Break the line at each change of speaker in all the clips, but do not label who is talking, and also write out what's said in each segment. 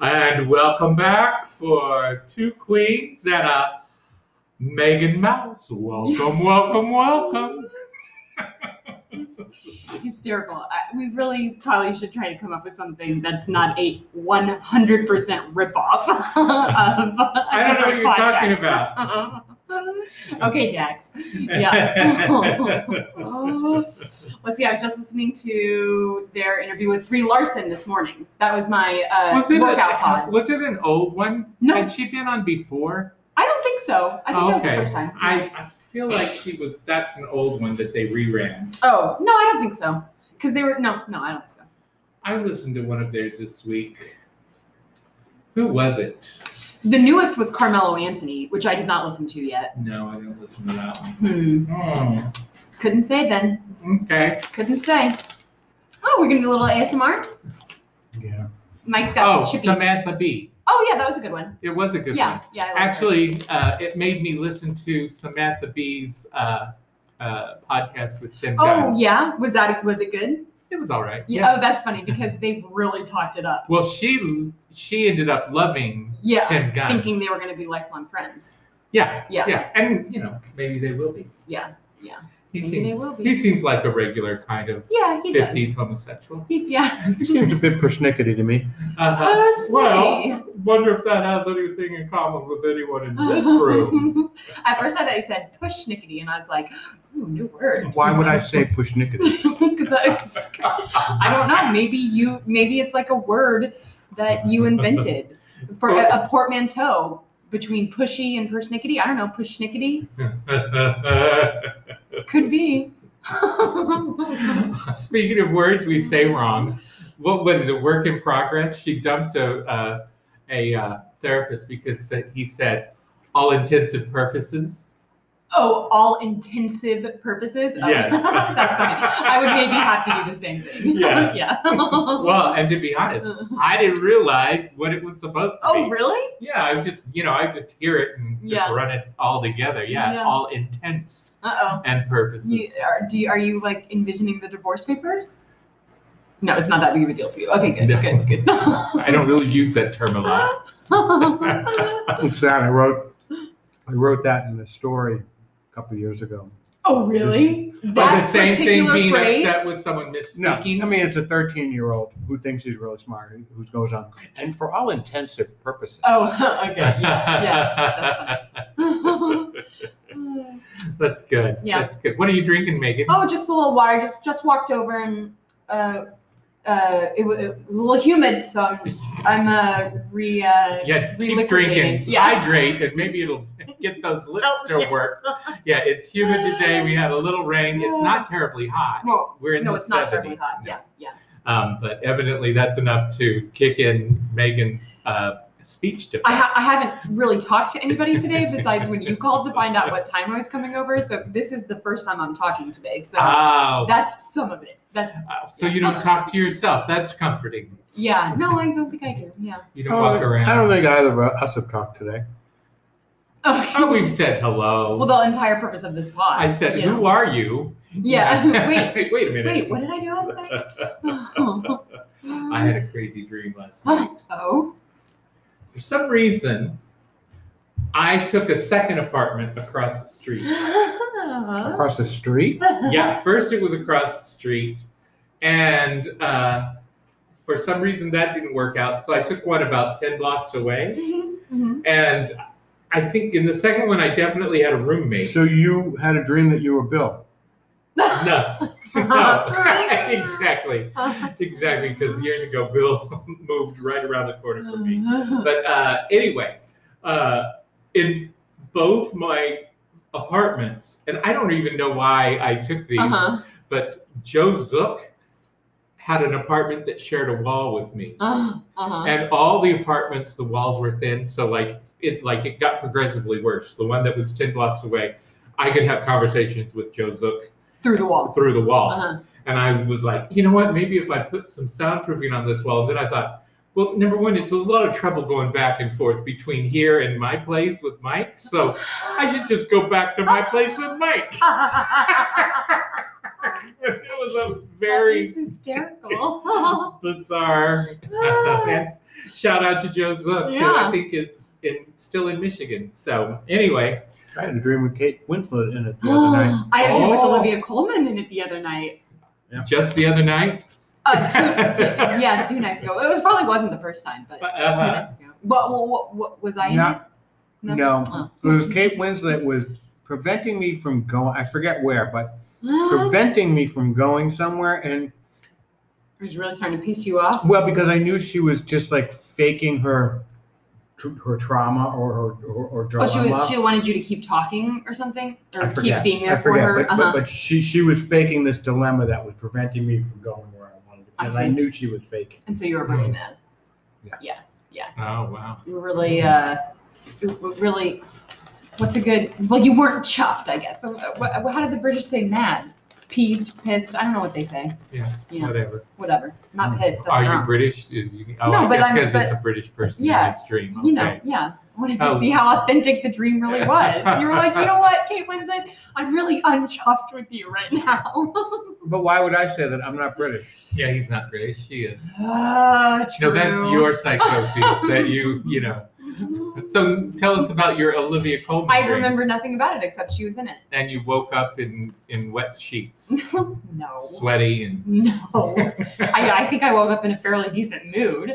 And welcome back for Two Queens and a Megan Mouse. Welcome, welcome, welcome.
hysterical. I, we really probably should try to come up with something that's not a 100% ripoff of.
I don't know what you're talking about.
about. okay, Dax. Yeah. Let's see. I was just listening to their interview with Brie Larson this morning. That was my uh,
was, it
workout
a,
pod.
was it an old one?
No.
Had she been on before?
I don't think so. I think that was the
Okay.
first time.
I, I feel like she was, that's an old one that they reran.
oh no, I don't think so. Because they were no, no, I don't think so.
I listened to one of theirs this week. Who was it?
The newest was Carmelo Anthony, which I did not listen to yet.
No, I didn't listen to that one.
Hmm.
Oh,
Couldn't say then.
okay.
Couldn't say. Oh, we're gonna do a little ASMR.
Yeah.
Mike's got
Oh,
some chippies.
Samantha Bee.
Oh yeah, that was a good one.
It was a good
yeah,
one.
yeah. I like her.
Actually, uh, it made me listen to Samantha Bee's uh, uh, podcast with Tim
Oh
Gunn.
yeah, was that was it good?
It was all right.
Yeah. Oh, that's funny because they really talked it up.
Well, she she ended up loving
Yeah.
Tim Gunn.
Thinking they were gonna be lifelong friends.
yeah,
Yeah.
yeah, and you know maybe they will be.
Yeah, yeah.
He
Maybe
seems
they will be.
he seems like a regular kind of
Yeah, he
fifties
does.
homosexual.
He, yeah.
He seems a bit persnickety to me.
Uh-huh.
Oh, sweetie.
Well, wonder if that has anything in common with anyone in this room.
At first, I thought he said push snickety, and I was like, ooh, new word.
Why would I say persnickety?
Because I don't know. Maybe you. Maybe it's like a word that you invented for a, a portmanteau between pushy and persnickety. I don't know. Push snickety could be.
Speaking of words we say wrong, what what is it? Work in progress. She dumped a uh, a uh, therapist because he said all intensive purposes.
oh, all intensive purposes. Oh,
Yes.
that's funny. I would maybe have to do the same thing.
Yeah.
yeah. Oh,
Well, and to be honest, I didn't realize what it was supposed to
oh,
be.
really?
Yeah, I just you know I just hear it and just
Yeah.
run it all together. Yeah,
Yeah.
all intents
Uh oh.
and purposes.
You, are, do you, are you like envisioning the divorce papers? No, it's not that big of a deal for you. Okay, good,
No.
good, good.
I don't really use that term a lot.
It's sad. I wrote, I wrote that in a story a couple of years ago.
oh, really?
Or
That
the same thing
particular
being
phrase?
upset with someone misspeaking.
No, I mean it's a 13 year old who thinks he's really smart, who goes on, and for all intensive purposes.
Oh, okay, yeah, yeah. That's
That's good.
Yeah.
That's good. What are you drinking, Megan?
oh, just a little water. Just just walked over and uh, uh, it, was, it was a little humid, so I'm I'm uh, re. Uh,
yeah, keep
reliquidating.
drinking.
Yeah.
Hydrate, and maybe it'll get those lips
Oh,
to
yeah.
work. Yeah, it's humid today. We had a little rain. It's not terribly hot.
well,
We're in
no,
the
it's not
70s.
terribly hot. Yeah, yeah.
Um, but evidently, that's enough to kick in Megan's uh, speech
I,
defense.
ha- I haven't really talked to anybody today besides when you called to find out what time I was coming over. So this is the first time I'm talking today. So
oh.
that's some of it. That's
Uh, so you don't talk to yourself. That's comforting.
yeah. No, I don't think I do. Yeah.
You don't walk around.
Oh, I don't think either of us have talked today.
Oh, we've said hello.
well, the entire purpose of this pod.
I said,
you know.
"Who are you?"
Yeah. wait.
Wait a minute.
Wait. What did I do last night? Oh.
I had a crazy dream last night.
oh.
For some reason, I took a second apartment across the street.
Across the street?
Yeah, first it was across the street, and uh, for some reason that didn't work out. So I took one about ten blocks away,
Mhm.
and I think in the second one I definitely had a roommate.
So you had a dream that you were Bill.
No, no, exactly, exactly. Because years ago, Bill moved right around the corner from me.
Uh-huh.
But uh, anyway, uh, in both my apartments, and I don't even know why I took these,
Uh-huh.
but Joe Zook had an apartment that shared a wall with me.
Uh-huh. Uh-huh.
And all the apartments, the walls were thin, so like it like it got progressively worse. The one that was ten blocks away, I could have conversations with Joe Zook
Through the wall.
through the wall.
Uh-huh.
And I was like, you know what? Maybe if I put some soundproofing on this wall. And then I thought, well, number one, it's a lot of trouble going back and forth between here and my place with Mike. So I should just go back to my place with Mike. it was a
That
very
is hysterical.
bizarre. Shout out to Joe Zook, who I
Yeah.
think is in, still in Michigan. So anyway,
I had a dream with Kate Winslet in it the other night.
I had a dream with
Oh.
Olivia Coleman in it the other night.
Yeah.
just the other night.
Uh, two, two- yeah, two nights ago. It was probably wasn't the first time, but two
Uh,
nights ago. What, what, what, what was I in
No.
it?
No,
Oh.
it was Kate Winslet was preventing me from going. I forget where, but
it
preventing me from going somewhere. And
was really starting to piss you off.
well, because I knew she was just like faking her tr- her trauma or her or, or
Oh,
drama.
she was. She wanted you to keep talking or something, or
I forget.
keep being there
I forget,
for her.
But,
uh-huh.
but, but she she was faking this dilemma that was preventing me from going where I wanted to.
I
And I,
see.
knew she was faking.
and so you were really mad.
oh wow.
You were really, uh, you were really. What's a good? Well, you weren't chuffed, I guess. So, uh, wh- how did the British say mad? Peeved, pissed. I don't know what they say.
Yeah.
Yeah.
Whatever.
Whatever. Not
Mm.
pissed. That's
Are you
wrong.
British? Is you, oh,
No,
I
but
guess
I'm-
because it's
but-
a British person
yeah.
in this dream.
you know,
Okay.
yeah. I wanted to
Oh.
see how authentic the dream really was. You were like, you know what, Kate Winslet, I'm really unchuffed with you right now.
But why would I say that? I'm not British.
Yeah, he's not British. She is.
uh,
No, that's
true.
your psychosis that you, you know. So tell us about your Olivia Colman.
I
dream.
remember nothing about it except she was in it.
And you woke up in in wet sheets,
No.
sweaty and.
No. I, I think I woke up in a fairly decent mood,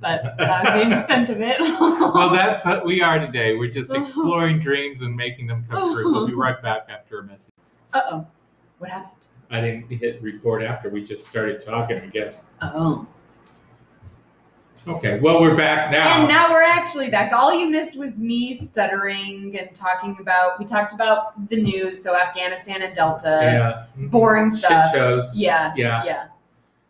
but that was the extent of it.
Well, that's what we are today. We're just exploring dreams and making them come true. We'll be right back after a message.
uh oh. What happened?
I didn't hit record after we just started talking, I guess.
Oh.
Okay, well, we're back now.
And now we're actually back. All you missed was me stuttering and talking about, we talked about the news, so Afghanistan and Delta,
yeah.
boring stuff.
Shit shows.
Yeah,
Yeah. Uh-huh.
yeah.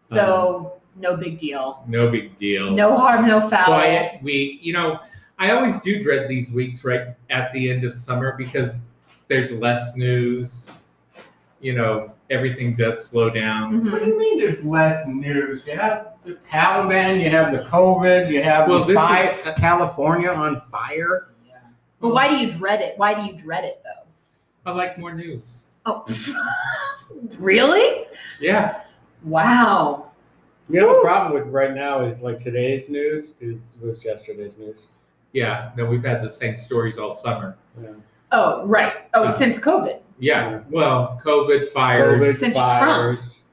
So, no big deal.
No big deal.
No harm, no foul.
Quiet week. You know, I always do dread these weeks right at the end of summer because there's less news. You know, everything does slow down.
Mhm.
What do you mean there's less news? You have the Taliban, you have the COVID, you have
Well,
the
this
fi-
is-
California on fire.
But why do you dread it? Why do you dread it though?
I like more news.
Oh, really?
Yeah.
Wow.
You know
Woo.
the problem with right now is like today's news is was yesterday's news.
Yeah. No, we've had the same stories all summer.
Yeah.
Oh, right. Oh,
Uh,
since COVID.
Yeah. Well, COVID fires.
Since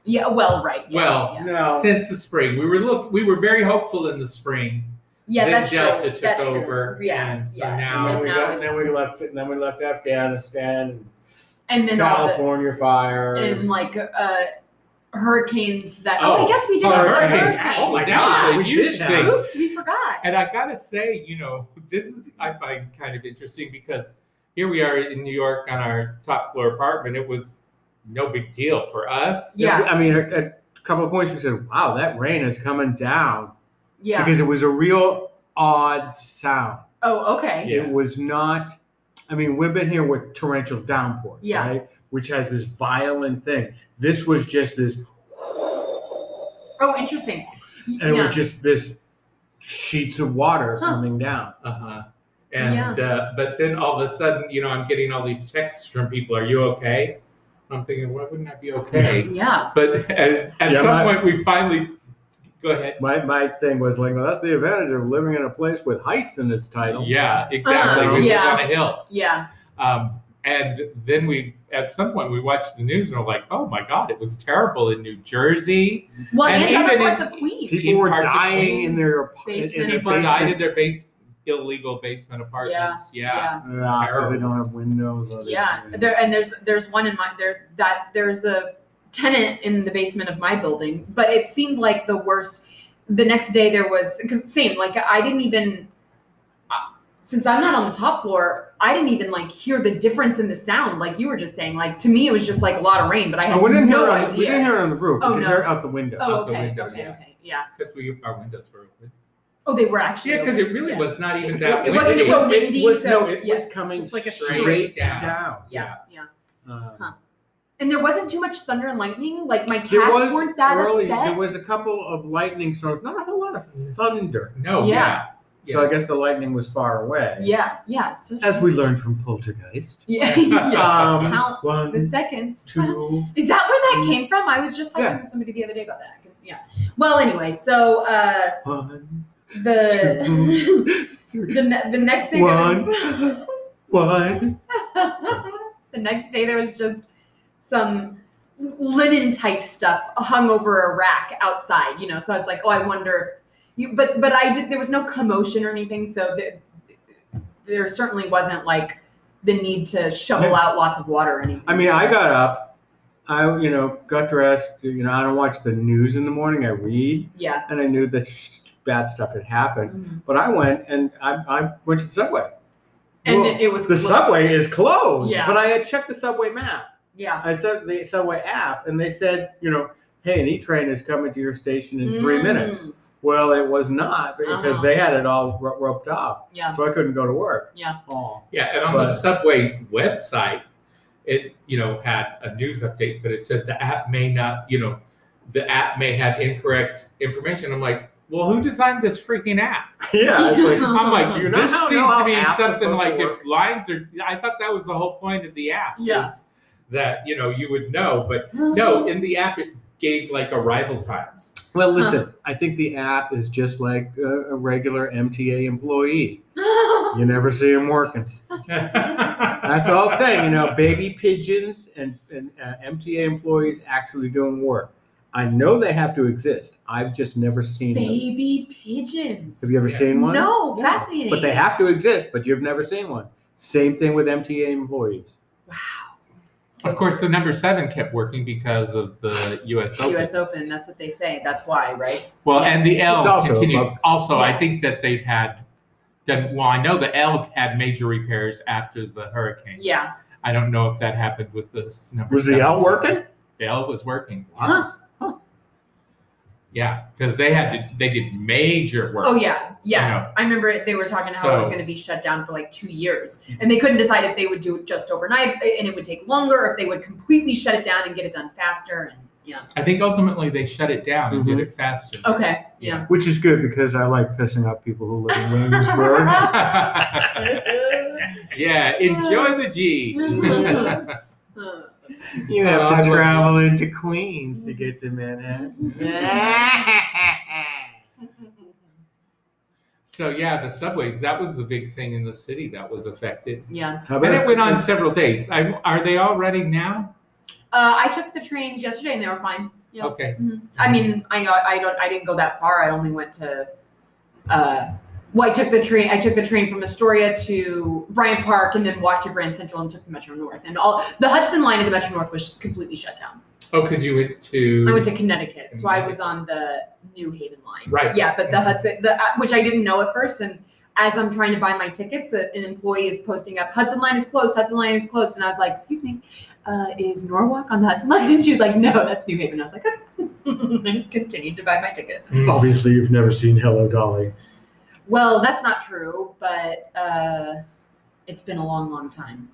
Yeah. Well, right. yeah,
Well,
yeah.
No.
Since the spring, we were look, we were very hopeful in the spring.
yeah,
then
that's
Delta
true.
took
that's true.
over,
Yeah.
and so
yeah.
now-
And then
and
we
now
got,
it's-
then we left it. Then we left Afghanistan,
and then all the-
California fires.
and like uh, hurricanes. That.
Oh,
Oh, I guess we did.
Oh,
have a
hurricane.
hurricane.
Oh my
Yeah.
God, it's
Yeah.
a huge
We did that.
thing.
Oops, we forgot.
And I gotta say, you know, this is I find kind of interesting because here we are in New York on our top floor apartment. It was no big deal for us.
Yeah.
I mean, a, a couple of points we said, "Wow, that rain is coming down,"
Yeah.
because it was a real odd sound.
oh, okay.
Yeah.
It was not. I mean, we've been here with torrential downpours,
Yeah.
right? Which has this violent thing. This was just this, and
Oh, interesting. Y-
it
yeah.
was just this sheets of water
Huh.
coming down.
Uh huh. And uh, but then all of a sudden, you know, I'm getting all these texts from people. Are you okay? I'm thinking, why wouldn't I be okay?
yeah.
But at, at
Yeah,
some
my-
point, we finally go ahead.
My my thing was like, well, that's the advantage of living in a place with heights in its title.
Yeah, exactly.
Uh,
we
yeah.
live on a hill.
Yeah.
Um, and then we, at some point, we watched the news and we're like, oh my God, it was terrible in New Jersey.
Well,
And
and,
even
other parts
in-
of Queens.
People were
parts of
dying in their apartments.
Basement.
In their
People died in their
basements.
base, illegal basement apartments. Yeah.
yeah.
Yeah, 'cause they
Terrible.
don't have windows. all these
Yeah,
things.
there and there's there's one in my there that there's a tenant in the basement of my building, but it seemed like the worst. The next day there was because same like I didn't even uh, since I'm not on the top floor, I didn't even like hear the difference in the sound like you were just saying. Like to me, it was just like a lot of rain, but I had
And we didn't hear.
no
it on,
idea.
we didn't hear it on the roof.
Oh,
we could
no.
hear it out the window.
oh,
out the
okay,
window,
okay,
yeah.
okay, yeah.
Because we our windows were open.
Oh, they were actually.
Yeah, because
open,
it really
yeah.
was not even
It-
that
it
windy.
wasn't
It
so
was-
windy,
It was,
so-
no, it
yeah,
was coming
just like a
straight,
straight
down.
down.
Yeah, yeah.
Um,
Huh. And there wasn't too much thunder and lightning. Like my cats
There was
weren't that
early,
upset.
There was a couple of lightning storms, not a whole lot of thunder.
No, yeah.
Yeah.
So I guess the lightning was far away.
yeah, yeah. So
As we learned from Poltergeist.
Yeah, yeah.
Um,
Count
one,
The seconds.
two.
Is that where that came from? I was just talking
Yeah.
to somebody the other day about that. Yeah. Well, anyway, so uh,
One,
the the, ne- the next day there was,
One. One.
the next day there was just some linen type stuff hung over a rack outside you know so i was like oh i wonder if you but but i did there was no commotion or anything so there, there certainly wasn't like the need to shovel out lots of water or anything
I mean, I got up. I, you know, got dressed. You know, I don't watch the news in the morning. I read,
yeah
and I knew that sh- bad stuff had happened.
Mhm.
But I went and I, I went to the subway.
and
Well,
it, it was
the
clo-
subway is closed.
Yeah.
But I had checked the subway map.
yeah
I said the subway app, and they said, you know, hey, an E train is coming to your station in three minutes.
Mm,
Well, it was not because
Uh-huh.
they had it all ro- roped off,
yeah
so I couldn't go to work.
Yeah.
Oh.
Yeah, and on
But-
the subway website, it you know had a news update, but it said the app may not, you know, the app may have incorrect information. I'm like, well, who designed this freaking app?
Yeah. It's like,
I'm like,
Do you not
this
know
seems
how
to be
apps are
something
supposed
like
to work?
if lines are. I thought that was the whole point of the app.
Yeah.
is That you know you would know, but no, in the app it gave like arrival times.
well, listen, I think the app is just like a, a regular MTA employee. You never see them working. That's the whole thing, you know, baby pigeons and, and uh, MTA employees actually doing work. I know they have to exist. I've just never seen them.
baby pigeons
Have you ever
Yeah.
seen one?
no fascinating
But they have to exist, but you've never seen one. Same thing with MTA employees.
So
Of course, the number seven kept working because of the U.S. Open.
U.S. Open. That's what they say. That's why, right?
Well,
Yeah.
and the
Oh. It's
L
also
continued.
above-
Also,
Yeah.
I think that they've had done, well, I know the L had major repairs after the hurricane.
Yeah.
I don't know if that happened with the s- number.
Was the
seven.
L working?
The L was working.
Wow.
yes. Yeah, because they had to, they did major work.
Oh yeah, yeah.
know.
I remember it- they were talking how it was
So-
going to be shut down for like two years, and they couldn't decide if they would do it just overnight, and it would take longer, or if they would completely shut it down and get it done faster. And yeah.
I think ultimately they shut it down and
Mhm.
did it faster.
Okay. Yeah.
Which is good because I like pissing off people who live in Williamsburg.
yeah, enjoy the G.
you
Oh,
have
I
to
love
travel into Queens to get to Manhattan.
so yeah, the subways. That was the big thing in the city that was affected.
yeah.
How
And
about
it went on several days. I, are they all running now?
Uh, I took the trains yesterday, and they were fine. Yeah.
Okay.
Mhm. I mean, I know I don't. I didn't go that far. I only went to. Uh, well, I took the train. I took the train from Astoria to Bryant Park, and then walked to Grand Central, and took the Metro North. And all the Hudson line of the Metro North was completely shut down.
Oh, because you went to.
I went to Connecticut, so I was on the New Haven line.
Right.
Yeah, but the
Mhm.
Hudson, the uh, which I didn't know at first, and as I'm trying to buy my tickets, a- an employee is posting up Hudson line is closed. Hudson line is closed, and I was like, "Excuse me, uh, is Norwalk on the Hudson line?" And she was like, "No, that's New Haven." I was like, "Okay," and continued to buy my ticket.
Mm.
Obviously, you've never seen Hello Dolly.
Well, that's not true, but uh, it's been a long, long time.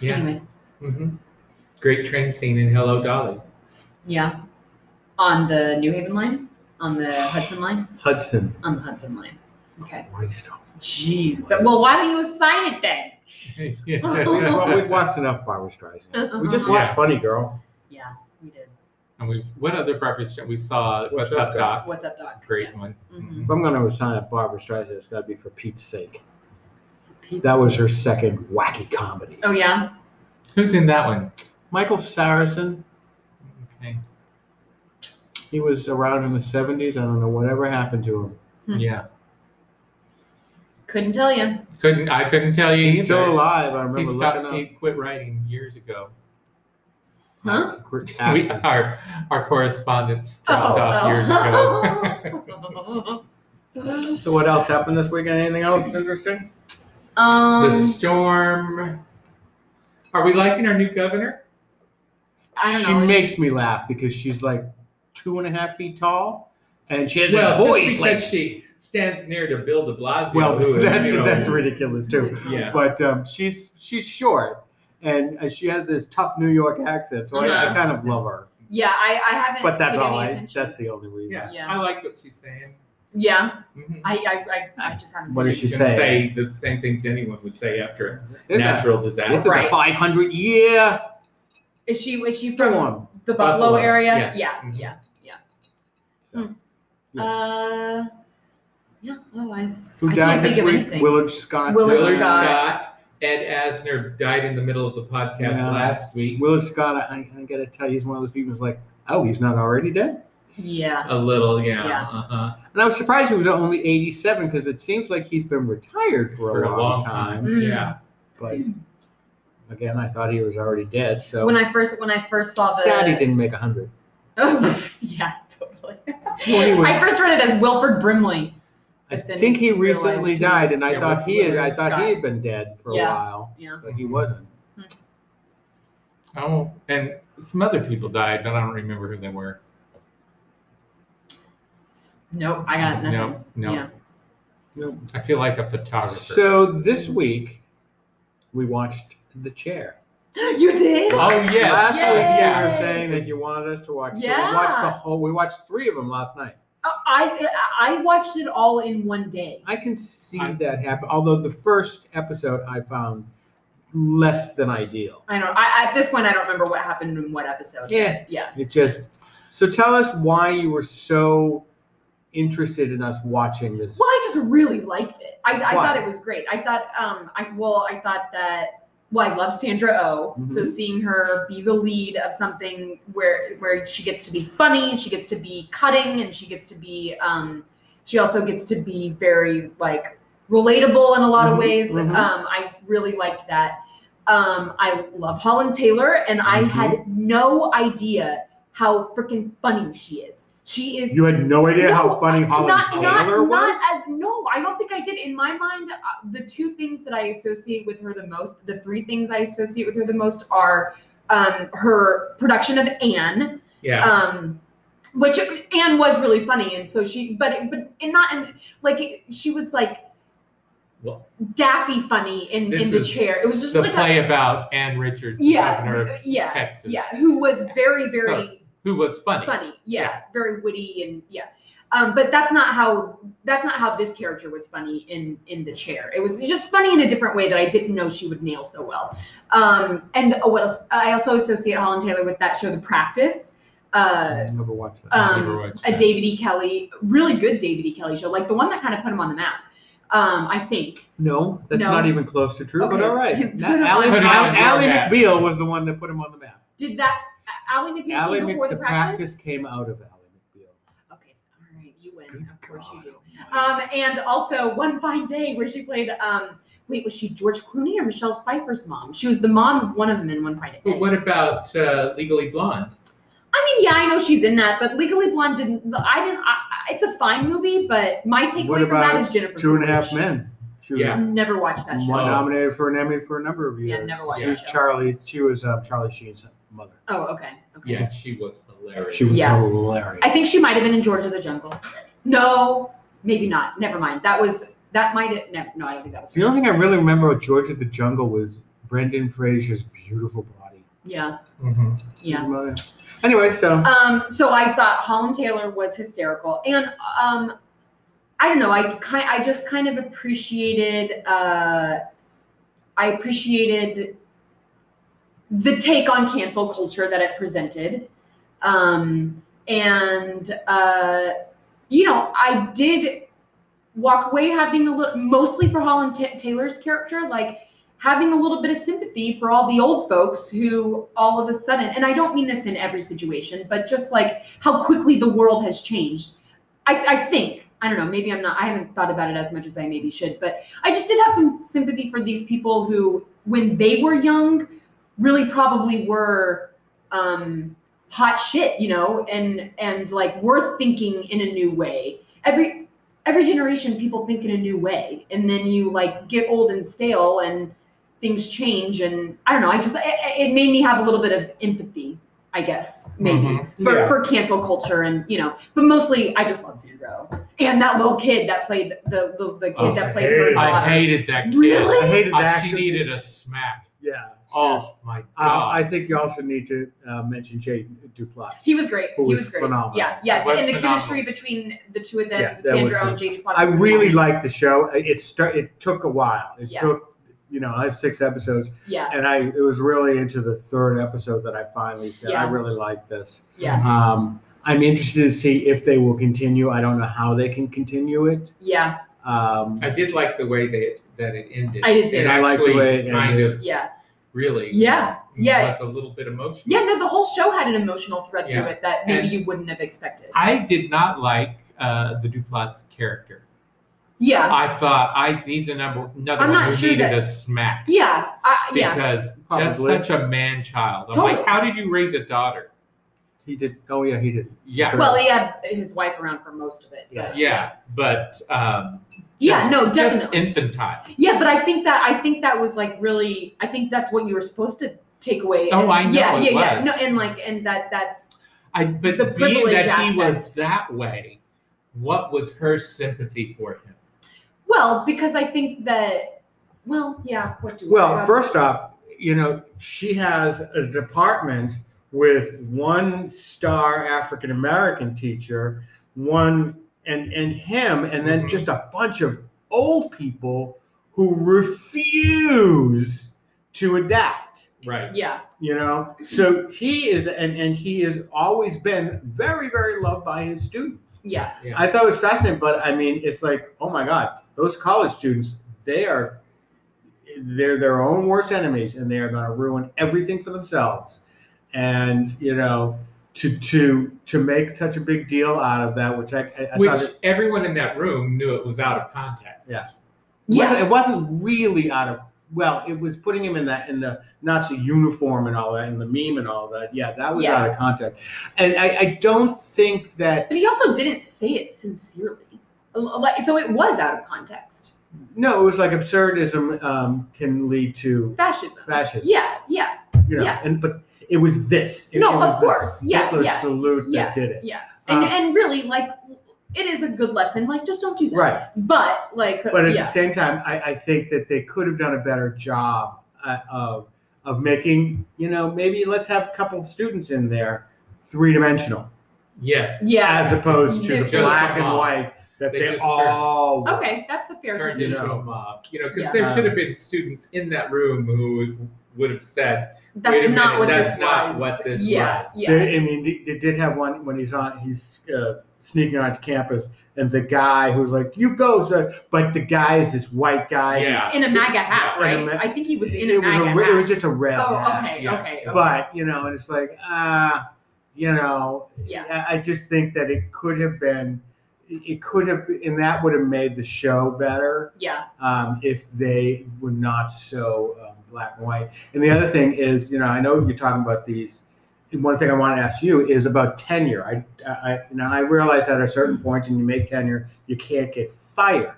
Yeah.
Anyway,
hmm Great train scene in Hello Dolly.
yeah, on the New Haven line, on the Hudson line,
Hudson.
on the Hudson line. Okay.
Waste.
Jeez. Well, why don't you assign it then?
well, we've watched enough Barbara
Uh-huh.
Streisand. We just watched
Yeah.
Funny Girl.
Yeah, we did.
and we, what other Barbara Streisand? We saw What's, Up, Doc?
What's up, Doc?
Great one. Mm-hmm.
Mhm.
If I'm going to assign a Barbara Streisand, it's got to be for Pete's sake.
Pete's-
That was her second wacky comedy.
Oh yeah.
Who's in that one?
Michael Saracen,
Okay.
he was around in the 70s. I don't know whatever happened to him.
Hmm.
Yeah.
Couldn't tell you.
Couldn't I couldn't tell you.
He's
either.
still alive. I remember
He
looking
stopped.
up.
He quit writing years ago.
Huh?
Quit
We,
acting.
our our correspondence
Oh,
dropped off years ago.
ago.
So what else happened this weekend? Anything else interesting?
um,
the storm. Are we liking our new governor?
I don't
she
know.
makes me laugh because she's like two and a half feet tall, and she has
Well,
a
just
voice
because
like.
she stands near to Bill De Blasio.
well,
who is,
that's
you know,
that's ridiculous too.
Yeah.
But um, she's she's short, and uh, she has this tough New York accent, so I, I
Yeah.
kind of love her.
Yeah, I, I haven't.
But that's
paid any
all. I,
attention.
that's the only reason.
yeah,
Yeah.
I like what she's saying.
Yeah,
Mhm.
I, I, I, I just haven't.
What is
she's
she
gonna
saying?
Say the same things anyone would say after a
Isn't that-
natural
This is
disaster.
a
Right.
five hundred year
Is she? Is she
Come
from
on.
the Buffalo,
Buffalo,
area?
yes.
Yeah,
Mhm.
yeah. Uh, yeah. Otherwise,
Who
I
died
can't
this
think of
week?
anything.
Willard Scott.
Willard
Willard
Scott.
Scott, Ed Asner died in the middle of the podcast
Yeah.
last week.
Willard Scott, I, I gotta tell you, he's one of those people who's like, oh, he's not already dead.
yeah.
A little, yeah,
Yeah.
Uh-huh.
And I was surprised he was only 87 because it seems like he's been retired for,
for a long time.
Mm.
Yeah,
But again, I thought he was already dead. So
When I first when I first saw the
sad he didn't make 100.
Oh, yeah, totally.
Well, he was-
I first read it as Wilford Brimley.
I
But then
think he
he realized
recently
he-
died, and I
Yeah,
thought
with
he had I
Willard
thought
Scott.
he had been dead for a
Yeah.
while,
Yeah.
but he wasn't.
Oh, and some other people died, but I don't remember who they were.
Nope, I got nothing.
No, no.
Yeah.
Nope.
I feel like a photographer.
So this week, we watched The Chair.
You did? Uh,
Oh yes,
Last
Yay!
week you were
yeah.
saying that you wanted us to watch. So
Yeah.
we watched the whole. We watched three of them last night.
I I watched it all in one day.
I can see
I-
that happen. Although the first episode I found less than ideal.
I don't. I, at this point, I don't remember what happened in what episode.
Yeah.
Yeah.
It just. So tell us why you were so interested in us watching this.
Well, I just really liked it. I, I
Why?
thought it was great. I thought, um, I well, I thought that. Well, I love Sandra Oh, so
Mhm.
seeing her be the lead of something where where she gets to be funny, and she gets to be cutting, and she gets to be, um, she also gets to be very like relatable in a lot
Mhm,
of ways.
mhm.
Um, I really liked that. Um, I love Holland Taylor, and I
Mhm.
had no idea how freaking funny she is. She is
You had no idea how
No,
funny Holland
not,
Taylor
not,
was.
Not as, no, I don't think I did. In my mind, uh, the two things that I associate with her the most, the three things I associate with her the most are um, her production of Anne,
yeah.
um, which Anne was really funny, and so she, but but and not in like it, she was like
Well,
daffy funny in
This
in the
is
chair. It was just
the
like a
play about Anne Richards, governor
yeah,
of
yeah,
Texas,
yeah, who was very very.
who was funny.
funny yeah,
Yeah.
very witty and yeah um, but that's not how that's not how this character was funny in in the chair it was just funny in a different way that i didn't know she would nail so well um, and oh, what else i also associate holland taylor with that show the practice uh,
I've never watched that.
I
um,
never watched
a
that.
david e kelly really good david e kelly show like the one that kind of put him on the map um, i think
no, that's
no.
not even close to true. But
Okay.
all right,
Put
Now,
him on
Ally,
the
map.
Ally
Yeah.
McBeal was the one that put him on the map.
did that Ally McBeal
Ally
came
Mc,
before
the
the practice?
practice came out of Ally
Okay, all right, you win.
Good
of course
God.
you do. Um, and also one fine day where she played. Um, wait, was she George Clooney or Michelle Pfeiffer's mom? She was the mom of one of them in one fine day.
But what about uh, Legally Blonde?
I mean, yeah, I know she's in that, but Legally Blonde didn't. I didn't. I, I- it's a fine movie, but my
What
takeaway from that
about
is Jennifer.
McBeal. Two and a half
Coolidge.
men. She was
Yeah.
Never watched that show.
one
Oh.
nominated for an Emmy for a number of
Yeah,
years.
never watched
She was
that show.
Charlie. She was um, Charlie Sheen's mother.
Oh, okay. okay.
Yeah, she was hilarious.
Mm-hmm. She was
Yeah.
hilarious.
I think she might have been in George of the Jungle. no, maybe not. Never mind. That was that might have. No, no, I don't think that was.
the
her.
only thing I really remember with George of the Jungle was Brendan Fraser's beautiful body.
Yeah,
Mhm.
yeah.
Anyway, so
Um, so I thought Holland Taylor was hysterical, and um, I don't know. I kind, I just kind of appreciated. Uh, I appreciated the take on cancel culture that it presented, um, and uh, you know, I did walk away having a little, mostly for Holland Ta- Taylor's character, like having a little bit of sympathy for all the old folks who all of a sudden, and I don't mean this in every situation, but just like how quickly the world has changed. I, I think, I don't know, maybe I'm not, I haven't thought about it as much as I maybe should, but I just did have some sympathy for these people who, when they were young, really probably were um, hot shit, you know, and, and like were thinking in a new way. Every, every generation people think in a new way and then you like get old and stale and things change and i don't know i just it, it made me have a little bit of empathy i guess maybe
Mhm.
for,
Yeah.
for cancel culture and you know but mostly i just love sandro and that little kid that played the the, the kid
Oh,
that played her
hey.
I
daughter
hated that kid.
Really?
I hated
Uh,
that.
she needed a smack.
Yeah.
Oh my
Uh, I
god.
think you also need to uh, mention Jay Duplass.
he was great. He
Who was
was, great.
phenomenal.
Yeah, yeah.
Was
and the
phenomenal.
chemistry between the two of them,
Yeah, that was
Sandra and JD Potts,
I
was
really
amazing.
liked the show. It it start, It took a while. It
Yeah.
took, you know, I had six episodes,
Yeah,
and I it was really into the third episode that I finally said I
Yeah.
really like this.
yeah.
Um, I'm interested to see if they will continue. I don't know how they can continue it.
Yeah,
Um,
I did like the way that that it ended.
I did too.
It
And I liked the
actually
way it
kind
ended.
of
yeah,
really.
yeah, yeah,
That's a little bit emotional.
yeah. No, the whole show had an emotional thread
Yeah.
through it that maybe
And-
you wouldn't have expected.
I did not like uh, the Duplat's character.
yeah,
I thought I he's a number another
I'm
one
not
who
sure
needed
that-
a smack
yeah, I, yeah.
because just
Probably.
such a man child. I'm like,
Totally.
how did you raise a daughter?
he did. Oh yeah, he did.
Yeah,
Well, he had his wife around for most of it.
Yeah.
but-
yeah, but um,
yeah.
just-
No, definitely.
just infantile.
Yeah, but I think that I think that was like really I think that's what you were supposed to take away.
Oh,
and,
I know
Yeah,
it
yeah, yeah.
was.
No, and like and that that's
I but
The
being
privilege
that he was
aspect.
that way, what was her sympathy for him?
well, because I think that well, yeah, what do
Well, first off, you know she has a department with one star African American teacher, one and and him, and then
Mhm.
just a bunch of old people who refuse to adapt.
Right.
Yeah.
you know so he is and and he has always been very very loved by his students
Yeah.
Yeah.
i thought it was fascinating but i mean it's like oh my god those college students they are they're their own worst enemies and they are going to ruin everything for themselves and you know to to to make such a big deal out of that which i, I, I
Which
thought it,
everyone in that room knew it was out of context.
Yeah.
Yeah.
wasn't- it wasn't really out of well it was putting him in that in the nazi uniform and all that and the meme and all that yeah that was
Yeah.
out of context and i, I don't think that
But he also didn't say it sincerely. Like so it was out of context.
no it was like absurdism um, can lead to
Fascism.
fascism
Yeah, yeah,
you know
yeah.
and but it was this it,
No,
it was
of
this
course. Yeah,
Hitler
yeah,
salute
yeah,
that did it
yeah. And
Um,
and really like it is a good lesson. Like just don't do that.
right
But like uh,
but at the
yeah.
same time I, I think that they could have done a better job uh, of of making you know maybe let's have a couple students in there three dimensional
Yes.
yeah.
as opposed
They're
to
just
black
a
and
mob.
white that
They
they,
just
all were.
Okay, that's a fair
Turned
critique.
into
Yeah.
a mob. You know, because
Yeah.
there should
Uh,
have been students in that room who would have said,
That's
Wait a
not
minute,
what
that's
this
not
was.
what this
yeah,
was.
Yeah.
They, I mean, they, they did have one when he's on, he's uh, sneaking onto campus, and the guy who's like, "You go, sir," but the guy is this white guy.
yeah.
In a MAGA hat,
Yeah, in
right?
a ma-
I think he was in a
it was
MAGA
a,
hat.
re- it was just a red
oh,
hat.
okay,
Yeah.
okay, okay.
But you know, and it's like, uh, you know,
Yeah.
I, I just think that it could have been, it could have, and that would have made the show better.
yeah,
um, if they were not so um, black and white. And the other thing is, you know, I know you're talking about these. and One thing I want to ask you is about tenure. I, I, I- you know, I realize at a certain point, and you make tenure, you can't get fired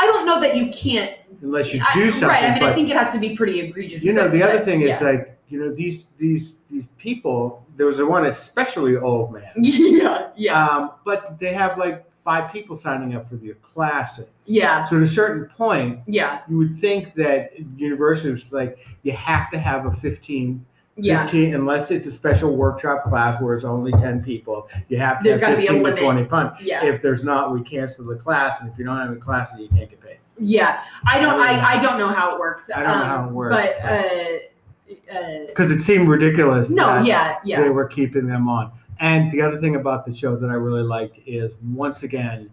I don't know that you can't
unless you
I-
do something.
Right. I mean,
but
I think it has to be pretty egregious.
you know,
but-
the other
but,
thing is
yeah.
like, you know, these these these people. There was one especially old man.
yeah, yeah,
Um, but they have like five people signing up for their classes.
yeah,
So at a certain point,
yeah,
you would think that university was like you have to have a 15
yeah.
15 unless it's a special workshop class where it's only 10 people you have to
There's
have
gotta be a
15 to
limit.
20 fun
Yeah,
if there's not we cancel the class and if you don't have a class then you can't get paid
yeah. I don't. I, I don't know how it works.
I don't know
um,
how it works,
But uh, uh,
because it seemed ridiculous
no.
that
Yeah. Yeah.
they were keeping them on and the other thing about the show that i really liked is once again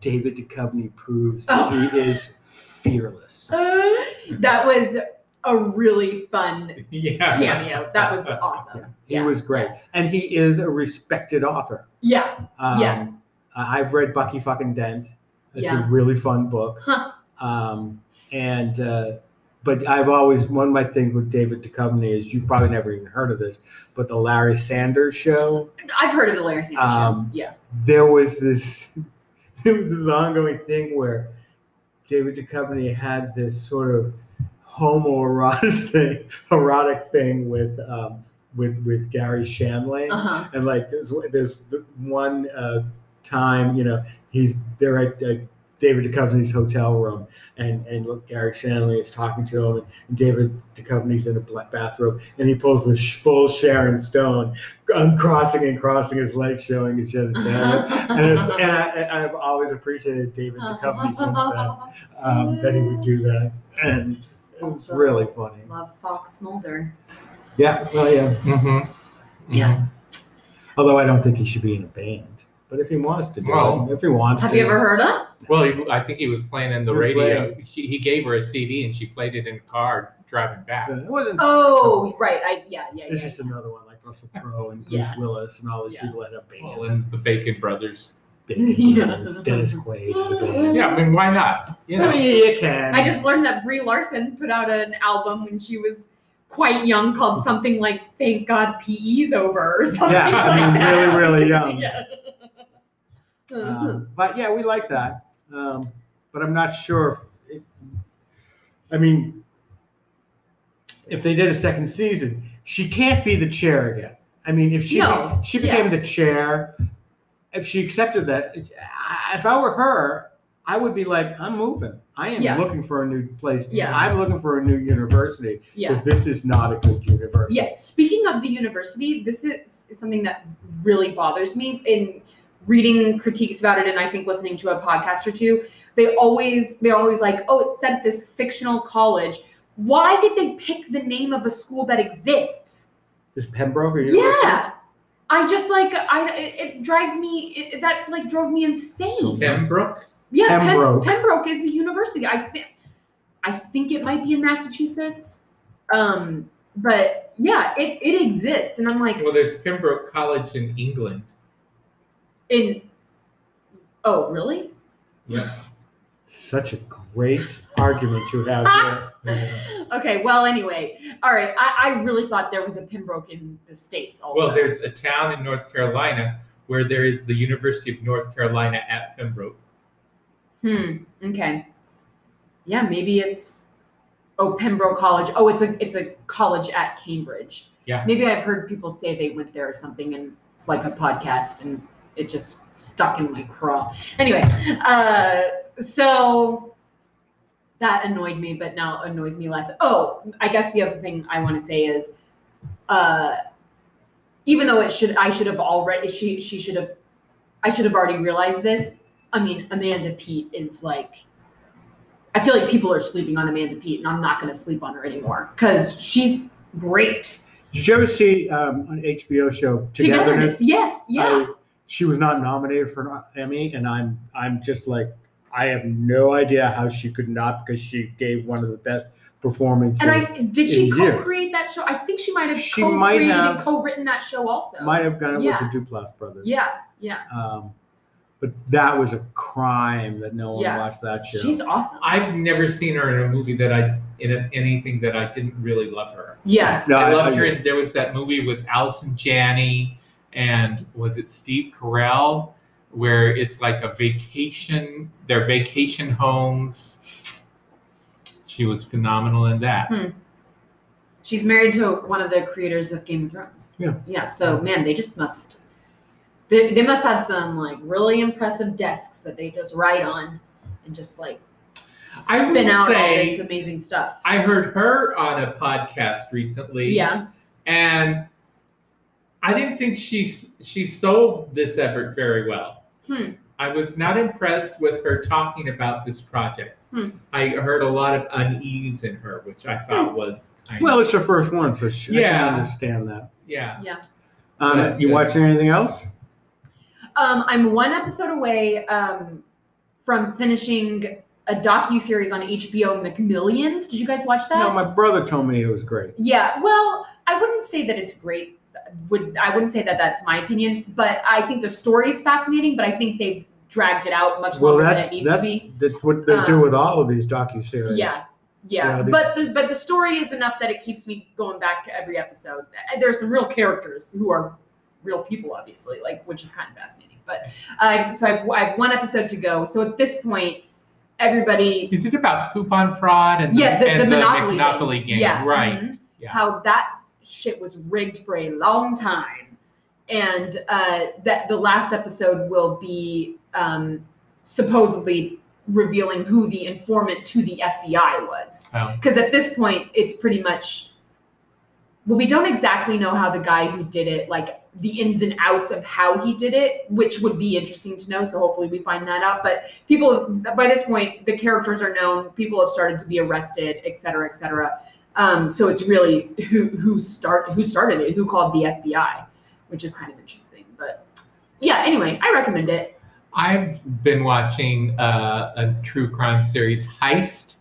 david Duchovny proves that
Oh.
he is fearless
Uh, that was a really fun
Yeah.
cameo. That was awesome.
he
Yeah.
was great and he is a respected author
Yeah.
Um,
Yeah.
I- I've read Bucky fucking Dent. It's
Yeah.
a really fun book.
Huh.
Um, and uh, but I've always one of my things with David Duchovny is you probably never even heard of this, but the Larry Sanders Show.
I've heard of the Larry Sanders
Um,
Show. Yeah.
There was this there was this ongoing thing where David Duchovny had this sort of homoerotic thing, erotic thing with um, with with Gary Shanley
Uh huh.
and like there's, there's one uh, time you know he's they're at uh, David Duchovny's hotel room and and look Gary Shanley is talking to him and David Duchovny's in a black bathrobe and he pulls the sh- full Sharon Stone um, crossing and crossing his legs showing his
Uh-huh.
genitalia. And, it's, and I, I- I've always appreciated David Duchovny since
Uh-huh.
then, um, that he would do that. And it was
Also,
really Oh, funny.
Love Fox Mulder.
Mm-hmm. Yeah, well, yeah.
Mhm.
Yeah.
Although I don't think he should be in a band. But if he wants to do
Well,
it, if he wants
Have
to.
you ever heard of?
Well, he, I think he was playing in the
He was
radio. She, he gave her a CD and she played it in the car driving back.
It wasn't.
Oh, right. I yeah yeah.
It's
yeah.
just another one like Russell Crowe and
Yeah.
Bruce Willis and all these
Yeah.
people that have bands.
Well, and the Bacon Brothers.
Bacon
Yeah.
Brothers, Dennis Quaid. had a band.
Yeah, I mean, why not? You
I
know,
mean, you can.
I just learned that Brie Larson put out an album when she was quite young called something like "Thank God PE's Over" or something
Yeah,
like
I mean,
that.
really, really young.
yeah.
Um, but yeah, we like that. Um, but I'm not sure. If, I mean, if they did a second season, she can't be the chair again. I mean, if she
No,
if she became the chair, if she accepted that, I- if I were her, I would be like, I'm moving. I am
Yeah.
looking for a new place.
Yeah.
I'm looking for a new university
yeah.
because this is not a good university.
Yeah. Speaking of the university, this is something that really bothers me in reading critiques about it and I think listening to a podcast or two. They always they always like, oh, it's set at this fictional college. Why did they pick the name of a school that exists?
Is Pembroke a university?
Yeah. I just like I it, it drives me it, that like drove me insane.
Pembroke.
Yeah, Pem-
Pembroke.
Pembroke is a university. I think I think it might be in Massachusetts. Um, but yeah, it, it exists. And I'm like,
Well, there's Pembroke College in England.
in oh really?
Yeah.
Such a great argument you have there.
Ah! Okay, well anyway. All right. I, I really thought there was a Pembroke in the States also.
Well, there's a town in North Carolina where there is the University of North Carolina at Pembroke.
hmm, okay. Yeah, maybe it's oh Pembroke College. Oh, it's a it's a college at Cambridge.
Yeah.
Maybe I've heard people say they went there or something and like a podcast and it just stuck in my craw. Anyway, uh so that annoyed me, but now annoys me less. Oh, I guess the other thing I want to say is, uh, even though it should, I should have already, she, she should have, I should have already realized this. I mean, Amanda Pete is like, I feel like people are sleeping on Amanda Pete, and I'm not going to sleep on her anymore because she's great.
Did you ever see um, an HBO show Togetherness?
yes, yeah,
I- she was not nominated for an Emmy, and I'm I'm just like I have no idea how she could not because she gave one of the best performances.
and I did she
in years.
co-create that show? I think she might have
She
co-created
might have-
and co-written that show also.
Might have done it
Yeah.
with the Duplass brothers.
yeah, yeah,
Um, but that was a crime that no one
Yeah.
watched that show.
she's awesome.
I've never seen her in a movie that I in a, anything that I didn't really love her.
Yeah,
No,
I
I-
loved
I-
her. In, there was that movie with Allison Janney and was it Steve Carell, where it's like a vacation. Their vacation homes. She was phenomenal in that.
She's married to one of the creators of Game of Thrones.
Yeah.
Yeah. So man, they just must. They, they must have some like really impressive desks that they just write on and just like
I would
spin out all
say-
this amazing stuff.
I heard her on a podcast recently.
Yeah.
and I didn't think she she sold this effort very well.
Hmm.
I was not impressed with her talking about this project.
Hmm.
I heard a lot of unease in her, which I thought
Hmm.
was kind
well,
of
it's her first one, so she, I
Yeah.
can understand that.
yeah.
Um,
Yeah,
you
yeah.
watching anything else?
Um, I'm one episode away um, from finishing a docu series on HBO, McMillions. Did you guys watch that?
No, my brother told me it was great.
Yeah, well, I wouldn't say that it's great. Would I wouldn't say that that's my opinion, but I think the story is fascinating. But I think they've dragged it out much
Well,
longer than
that's
it needs to
that's,
be.
that's what they do
Um,
with all of these docu series.
Yeah, yeah.
Yeah, these-
but the but the story is enough that it keeps me going back to every episode. And There's some real characters who are real people, obviously, like which is kind of fascinating. But I so I've, I've one episode to go. So at this point, everybody
Is it about coupon fraud and
yeah, the,
and
the monopoly, thing.
game?
Yeah,
Right.
mhm.
Yeah.
How that shit was rigged for a long time, and uh, that the last episode will be um, supposedly revealing who the informant to the FBI was.
Oh.
Because at this point, it's pretty much well, we don't exactly know how the guy who did it, like the ins and outs of how he did it, which would be interesting to know. So hopefully we find that out. But people, by this point, the characters are known. People have started to be arrested, et cetera, et cetera. Um, so it's really who who start who started it, who called the FBI, which is kind of interesting. yeah, anyway, I recommend it.
I've been watching uh, a true crime series, Heist,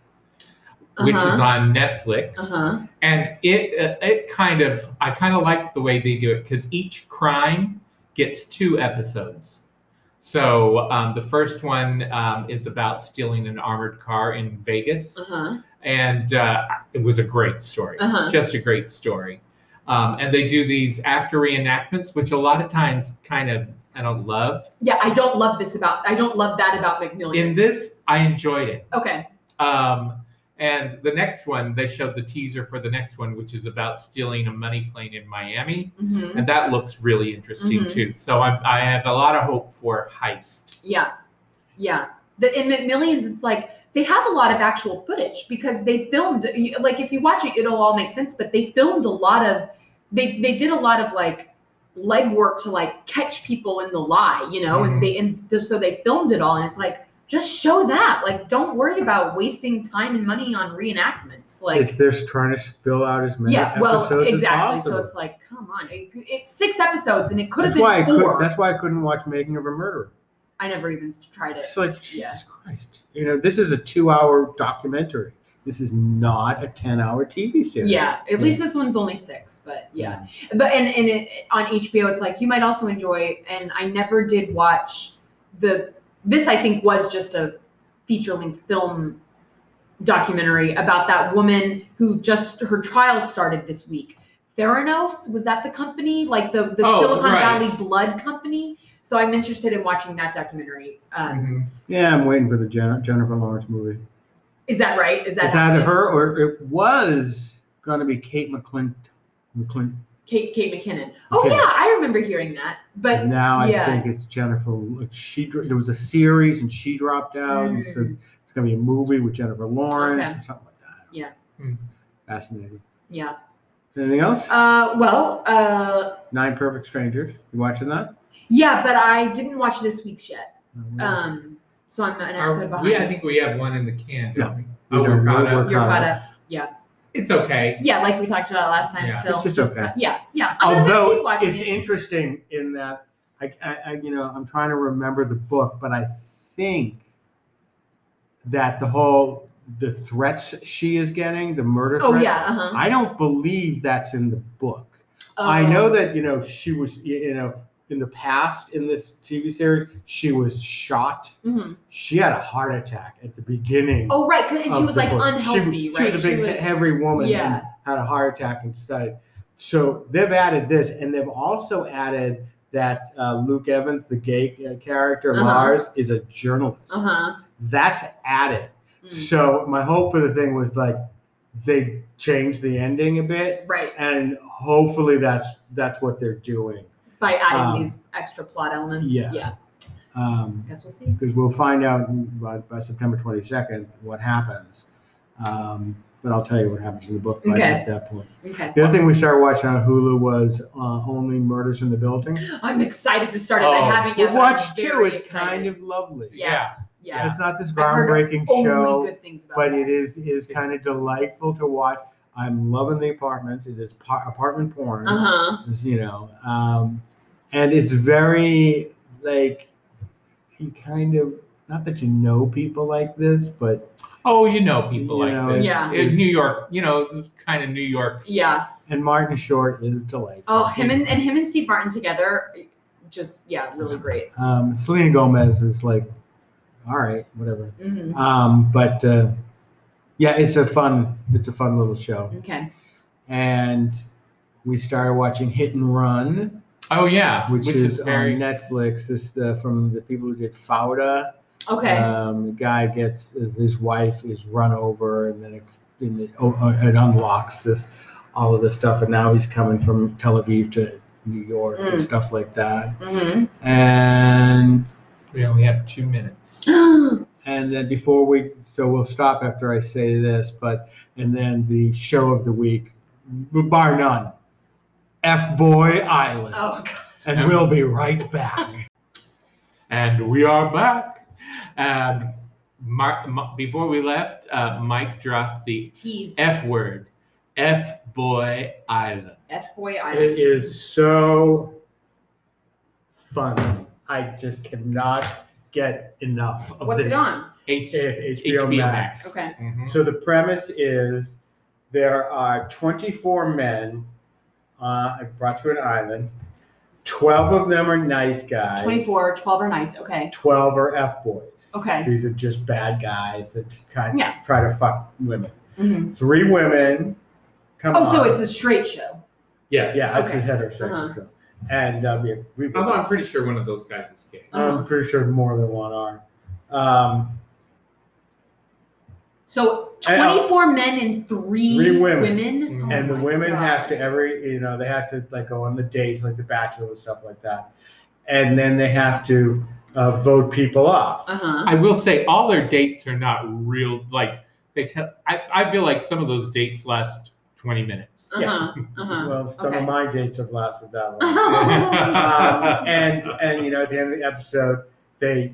which is
Uh-huh.
on Netflix,
Uh-huh.
and it uh, it kind of I kind of like the way they do it because each crime gets two episodes. So um, the first one um, is about stealing an armored car in Vegas,
Uh-huh.
and uh, it was a great story,
Uh-huh.
just a great story. Um, and they do these actor reenactments, which a lot of times kind of I don't love.
Yeah, I don't love this about I don't love that about McMillian.
in this i enjoyed it
Okay.
um and the next one they showed the teaser for the next one which is about stealing a money plane in miami
hmm
and that looks really interesting
Mhm.
too so I, I have a lot of hope for heist
Yeah. Yeah. The in McMillions, it's like they have a lot of actual footage because they filmed you- like if you watch it, it'll all make sense, but they filmed a lot of they they did a lot of like legwork to like catch people in the lie, you know,
Mhm.
Mm-hmm.
and they and th- so they filmed it all and it's like just show that. Like don't worry about wasting time and money on reenactments. Like
it's this trying to fill out as many
yeah, well,
episodes as
exactly.
possible.
So it's like, come on, it, it's six episodes, and it could have
that's
been
why I
four.
could, that's why I couldn't watch Making of a Murderer.
I never even tried it.
It's like Jesus
Yeah.
Christ. You know, this is a two-hour documentary. This is not a ten-hour TV series.
Yeah, at least this one's only six, but yeah. But and and it, on HBO, it's like you might also enjoy. And I never did watch the. This I think was just a feature length film documentary about that woman who just her trial started this week. Theranos was that the company like the the
Oh,
Silicon
right.
Valley blood company. So I'm interested in watching that documentary. Um,
Mhm.
Yeah, I'm waiting for the Jen- Jennifer Lawrence movie.
Is that right? Is that
it's either
happening?
her or it was going to be Kate McClint. McClint.
Kate Kate McKinnon? Mm-hmm. Oh
McKinnon.
yeah, I remember hearing that. But
and now I
yeah.
think it's Jennifer. like, She dro- there was a series and she dropped out, and so
Mm.
it's going to be a movie with Jennifer Lawrence
Okay.
or something like that.
Yeah.
Mm.
Fascinating.
yeah.
Anything else?
Uh, well, uh,
Nine Perfect Strangers. You watching that?
yeah, but I didn't watch this week's yet.
No.
Um, so I'm an
Are-
episode behind.
we, I think we have one in the can don't we?
We
Oh,
don't-
we're caught
we're
up.
You're
caught
caught
up.
up. Yeah,
it's okay
yeah, like we talked about last time.
Yeah.
Still,
It's just okay.
yeah, yeah. I'm gonna keep
Although
watching
it's
it.
interesting in that I, I, I, you know, I'm trying to remember the book, but I think that the whole the threats she is getting, the murder.
oh
threat,
yeah, uh-huh.
I don't believe that's in the book.
Oh.
I know that you know she was y- you know in the past in this TV series she was shot.
Mhm.
She had a heart attack at the beginning.
Oh right, 'cause- and she
of
was
the
like
book.
unhealthy,
She,
right?
She was a big heavy woman
Yeah.
and had a heart attack and decided. So they've added this, and they've also added that uh, Luke Evans, the gay uh, character
Uh-huh.
Lars, is a journalist.
uh huh.
That's added.
Hmm.
So my hope for the thing was like they changed the ending a bit,
Right.
and hopefully that's that's what they're doing.
By adding
Um,
these extra plot elements.
yeah.
Yeah.
Um,
Guess we'll see.
because we'll find out by, by September 22nd what happens. Um, but I'll tell you what happens in the book by
Okay.
at that point.
Okay.
The other thing we started watching on Hulu was uh, Only Murders in the Building.
I'm excited to start it. I
Oh.
haven't yet.
we
but I'm
watched two.
very
It's kind
excited.
of lovely.
Yeah. yeah.
It's not this
I've heard
groundbreaking
Only
show,
good things about
but
that.
it is is kind of delightful to watch. I'm loving the apartments. It is par- apartment porn.
Uh huh.
is, you know um, and it's very like he kind of not that you know people like this but
oh you know people
You
like
know,
this
Yeah.
It- new york you know it's kind of new york
Yeah.
and martin short is delightful
Oh, him and, and him and Steve Martin together, just yeah, really great.
um, selena gomez is like all right whatever
hmm
um, but uh, yeah it's a fun it's a fun little show
Okay.
and we started watching hit and run
oh yeah
which, is, um,
very
on netflix this uh, from the people who did fauda
Okay.
Um, the guy gets his his wife is run over, and then it, and it, oh, uh, it unlocks this all of this stuff, and now he's coming from Tel Aviv to New York and
Mm.
stuff like that.
hmm
And
we only have two minutes
Oh,
and then before we, so we'll stop after I say this, but and then the show of the week, bar none, F Boy Island,
oh God.
and we'll be right back.
And we are back. And Mark, M- before we left, uh, Mike dropped the
tease. F,
F word, F boy island.
boy
it
Island.
is so fun. I just cannot get enough of
What's
this.
it on?
Eh,
H-
HBO,
HBO
Max.
Max.
Okay.
Mhm.
So the premise is there are 24 men uh, brought to an island. 12 of them are nice guys.
24, 12 are nice. Okay.
12 are F boys.
Okay.
These are just bad guys that kind
Yeah.
try to fuck women.
Mhm.
Three women come
Oh, so
on.
it's a straight show.
Yes.
Yeah, it's a
okay.
heterosexual
Uh-huh.
show. And uh, we, we
I'm, I'm pretty sure one of those guys is gay.
Uh-huh.
I'm pretty sure more than one are. Um,
So
And, uh,
24 men and three,
Three women. Mm-hmm.
Mhm.
Oh
and the
my
women
God.
have to every you know they have to like go on the dates like the bachelor and stuff like that and then they have to uh, vote people off
Uh-huh.
I will say all their dates are not real. Like they tell, I, I feel like some of those dates last 20 minutes.
Uh-huh.
Yeah.
Uh-huh.
well some
okay.
of my dates have lasted that long um,
Um,
and and you know at the end of the episode they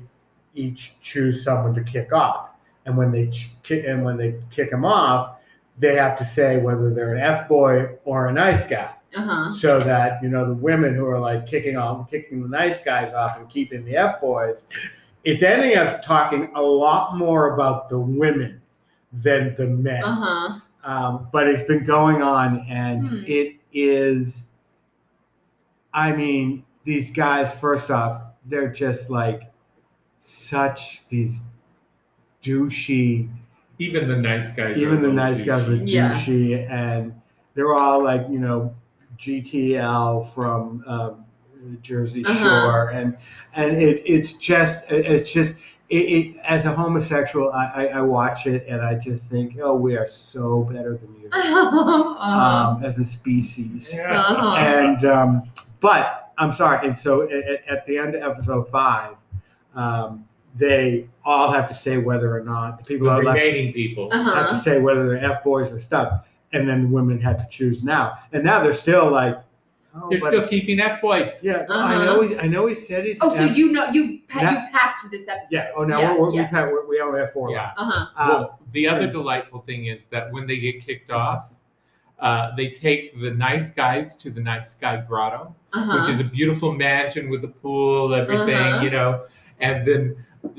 each choose someone to kick off and when they ch- ki- and when they kick them off they have to say whether they're an f-boy or a nice guy
Uh-huh.
so that you know the women who are like kicking off, kicking the nice guys off and keeping the f boys, it's ending up talking a lot more about the women than the men.
Uh-huh.
Um, but it's been going on, and
Hmm.
it is. I mean, these guys. First off, they're just like such these douchey
even the nice guys. are a
even the
little
nice guys are
douchey.
Yeah.
douchey and they're all like you know gtl from um, jersey
Uh-huh.
shore and and it, it's just it- it's just it, it as a homosexual I, I i watch it and i just think oh we are so better than you
Uh-huh.
um, as a species
Yeah.
Uh-huh.
and um, but I'm sorry. And so at, at the end of episode five, um, they all have to say whether or not the people
the
are left
remaining people.
have to
Uh-huh.
say whether they're f boys and stuff, and then the women had to choose now. And now they're still like, oh,
They're
but-
still keeping F boys.
yeah. I
Uh-huh.
know. He, I know he said he's.
Oh, so
F-
you know you've pa-
Now-
you've passed this episode.
Yeah. Oh, now
Yeah,
we're, we're,
yeah.
We, have, we only have four
Yeah.
left.
Uh-huh.
Um,
well, the other
and-
delightful thing is that when they get kicked off, uh, they take the nice guys to the nice guy grotto,
Uh-huh.
which is a beautiful mansion with a pool, everything,
Uh-huh.
you know. And then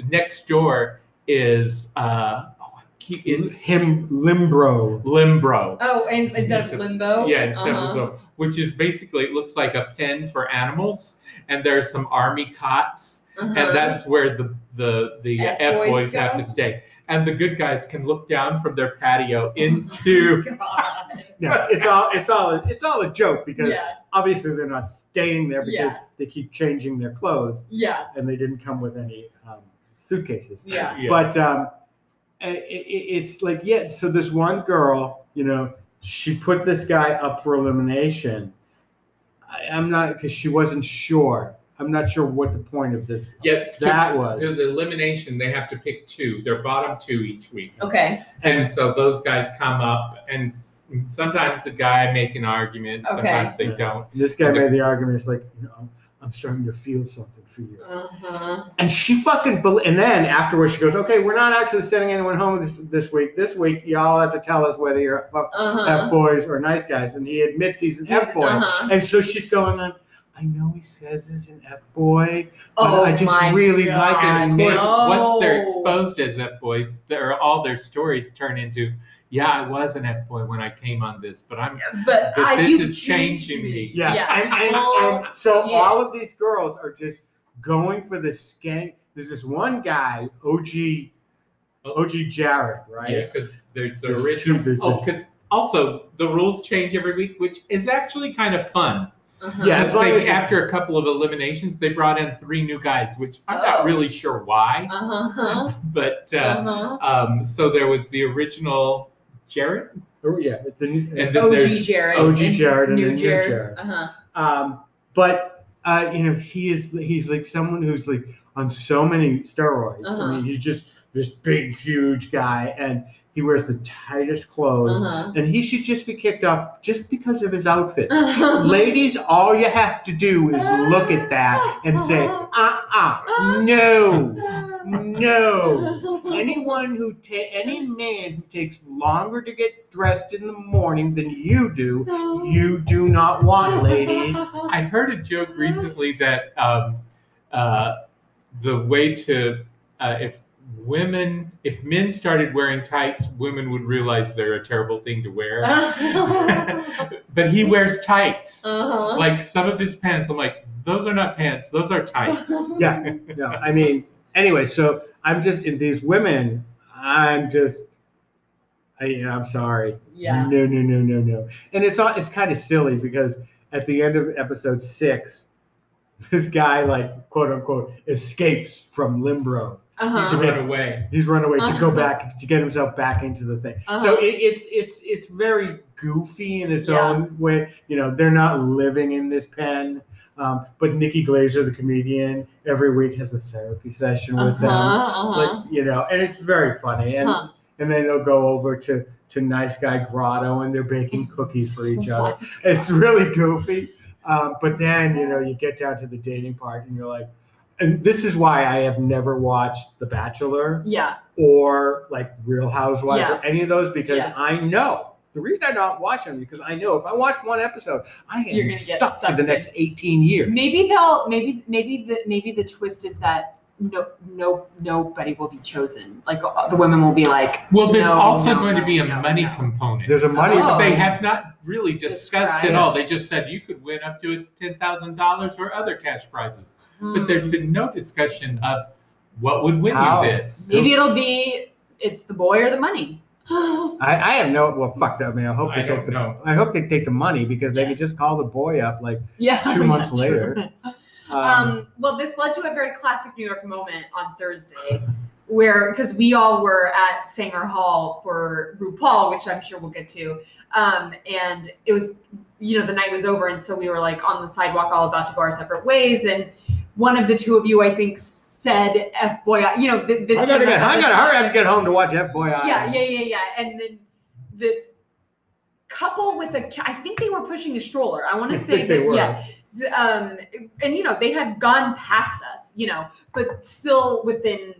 next door is uh, oh, I keep it's
him Limbro.
Limbro.
Oh, and instead
It's
of
a-
limbo?
Yeah, it's
Uh-huh.
several of them, which is basically it looks like a pen for animals, and there's some army cots,
Uh-huh.
and that's where the the the F
F-boys
boys have
go.
to stay, and the good guys can look down from their patio into.
God.
No, it's all it's all it's all a joke because
Yeah,
obviously they're not staying there because
Yeah.
they keep changing their clothes
yeah,
and they didn't come with any um, suitcases.
yeah.
but um, i i it's like yeah. So this one girl, you know, she put this guy up for elimination. I, I'm not because she wasn't sure. I'm not sure what the point of this.
Yes,
That
to,
was-
to the elimination. They have to pick two, their bottom two each week,
Okay,
and so those guys come up, and s- sometimes the guy make an argument,
Okay.
sometimes they
Yeah.
don't.
This guy made the argument. It's like, you know, I'm, I'm starting to feel something for you.
uh-huh.
And she fucking. bel and then afterwards, she goes, "Okay, we're not actually sending anyone home this this week. This week, y'all have to tell us whether you're f
Uh-huh.
boys or nice guys." And he admits he's an f boy.
Uh-huh.
And so she's going on. I know he says he's an f boy, but
Oh,
I just
my
really
God.
like it.
And of
And
course,
no.
once they're exposed as F boys, their all their stories turn into, yeah, I was an F boy when I came on this, but I'm
But,
But
I,
this
you've
is
changed
changing me.
yeah,
Yeah.
And, and-
Oh,
and so
shit.
all of these girls are just going for the skank. There's this one guy, OG, OG Jared, right?
Oh. Yeah, because there's the
There's two-
original.
there's-
oh, because also the rules change every week, which is actually kind of fun.
Uh-huh.
Yeah. as
It's
long
like
as-
after a couple of eliminations, they brought in three new guys, which I'm not
Oh.
really sure why.
Uh-huh.
But uh,
Uh-huh.
um, so there was the original Jared,
Oh, yeah. it's the-
and then
OG
there's
Jared.
OG
and
Jared and
new
then new
Jared.
Jared.
Uh-huh.
um, but uh, you know, he is he's like someone who's like on so many steroids.
Uh-huh.
I mean, he's just this big, huge guy, and he wears the tightest clothes.
Uh-huh.
and he should just be kicked off just because of his outfit.
Uh-huh.
Ladies, all you have to do is look at that and say, uh uh no, no. Anyone who ta- any man who takes longer to get dressed in the morning than you do, you do not want, ladies.
I heard a joke recently that um, uh, the way to uh, if women if men started wearing tights, women would realize they're a terrible thing to wear.
uh-huh.
but he wears tights. Like some of his pants, I'm like, those are not pants; those are tights.
Yeah. No, I mean, anyway, so I'm just in these women. I'm just, I, you know, I'm sorry.
yeah.
No, no, no, no, no. And it's all it's kind of silly because at the end of episode six, this guy like quote unquote escapes from Limbro.
to
Uh-huh.
run away.
He's run away to go
Uh-huh.
back to get himself back into the thing.
Uh-huh.
So it, it's it's it's very goofy in its
Yeah.
own way. You know, they're not living in this pen. Um, but Nikki Glazer, the comedian, every week has a therapy session with them. It's
Uh-huh.
Like, you know, and it's very funny. And
Huh.
and then they'll go over to to nice guy grotto and they're baking cookies for each other it's really goofy um, but then you know you get down to the dating part and you're like and this is why i have never watched the bachelor
Yeah.
or like real housewives or any of those because
Yeah.
i know the reason i don't watch them because i know if i watch one episode i am
You're gonna get
stuck for
sucked
the
in.
next 18 years
Maybe they'll maybe maybe the maybe the twist is that no no nobody will be chosen. Like uh, the women will be like
Well, there's
No,
also
no,
going to
no,
be a
no,
money
no.
component.
there's a money
Which
Oh.
they have not really discussed at
Described.
all. They just said you could win up to ten thousand dollars or other cash prizes, but
"Hmm,
there's been no discussion of what would win
How?
you this.
maybe it'll be it's the boy or the money.
I, I have no well fuck that man i hope
I
they
don't
take the
know.
i hope they take the money because they
Yeah.
could just call the boy up like
yeah.
two months later. Um,
Um, well, this led to a very classic New York moment on Thursday, where because we all were at Sanger Hall for RuPaul, which I'm sure we'll get to, um, and it was you know the night was over, and so we were like on the sidewalk, all about to go our separate ways, and one of the two of you, I think, said "f boy," you know th- this.
I gotta
came
get,
up
I
at the
gotta hurry
time.
up and get home to watch F Boy Island.
Yeah, yeah, yeah, yeah. And then this couple with a, ca- I think they were pushing a stroller. I want
I
to say,
think they
that-
were.
yeah. Z- Um, and you know, they had gone past us, you know, but still within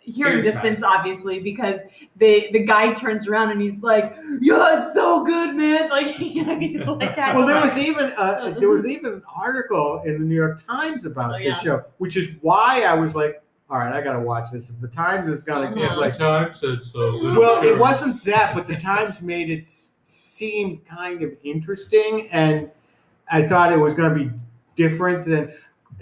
hearing
Earshot.
distance, obviously, because they the guy turns around and he's like, "Yeah, it's so good, man!" Like, you know, he's like that.
Well, there was even uh, there was even an article in the New York Times about
Oh,
this
yeah.
show, which is why I was like, all right, I gotta watch this. If the Times is gonna
Yeah,
give like,
time said so.
then I'm
well, it wasn't that, but the Times made it s- seem kind of interesting, and I thought it was gonna be different than.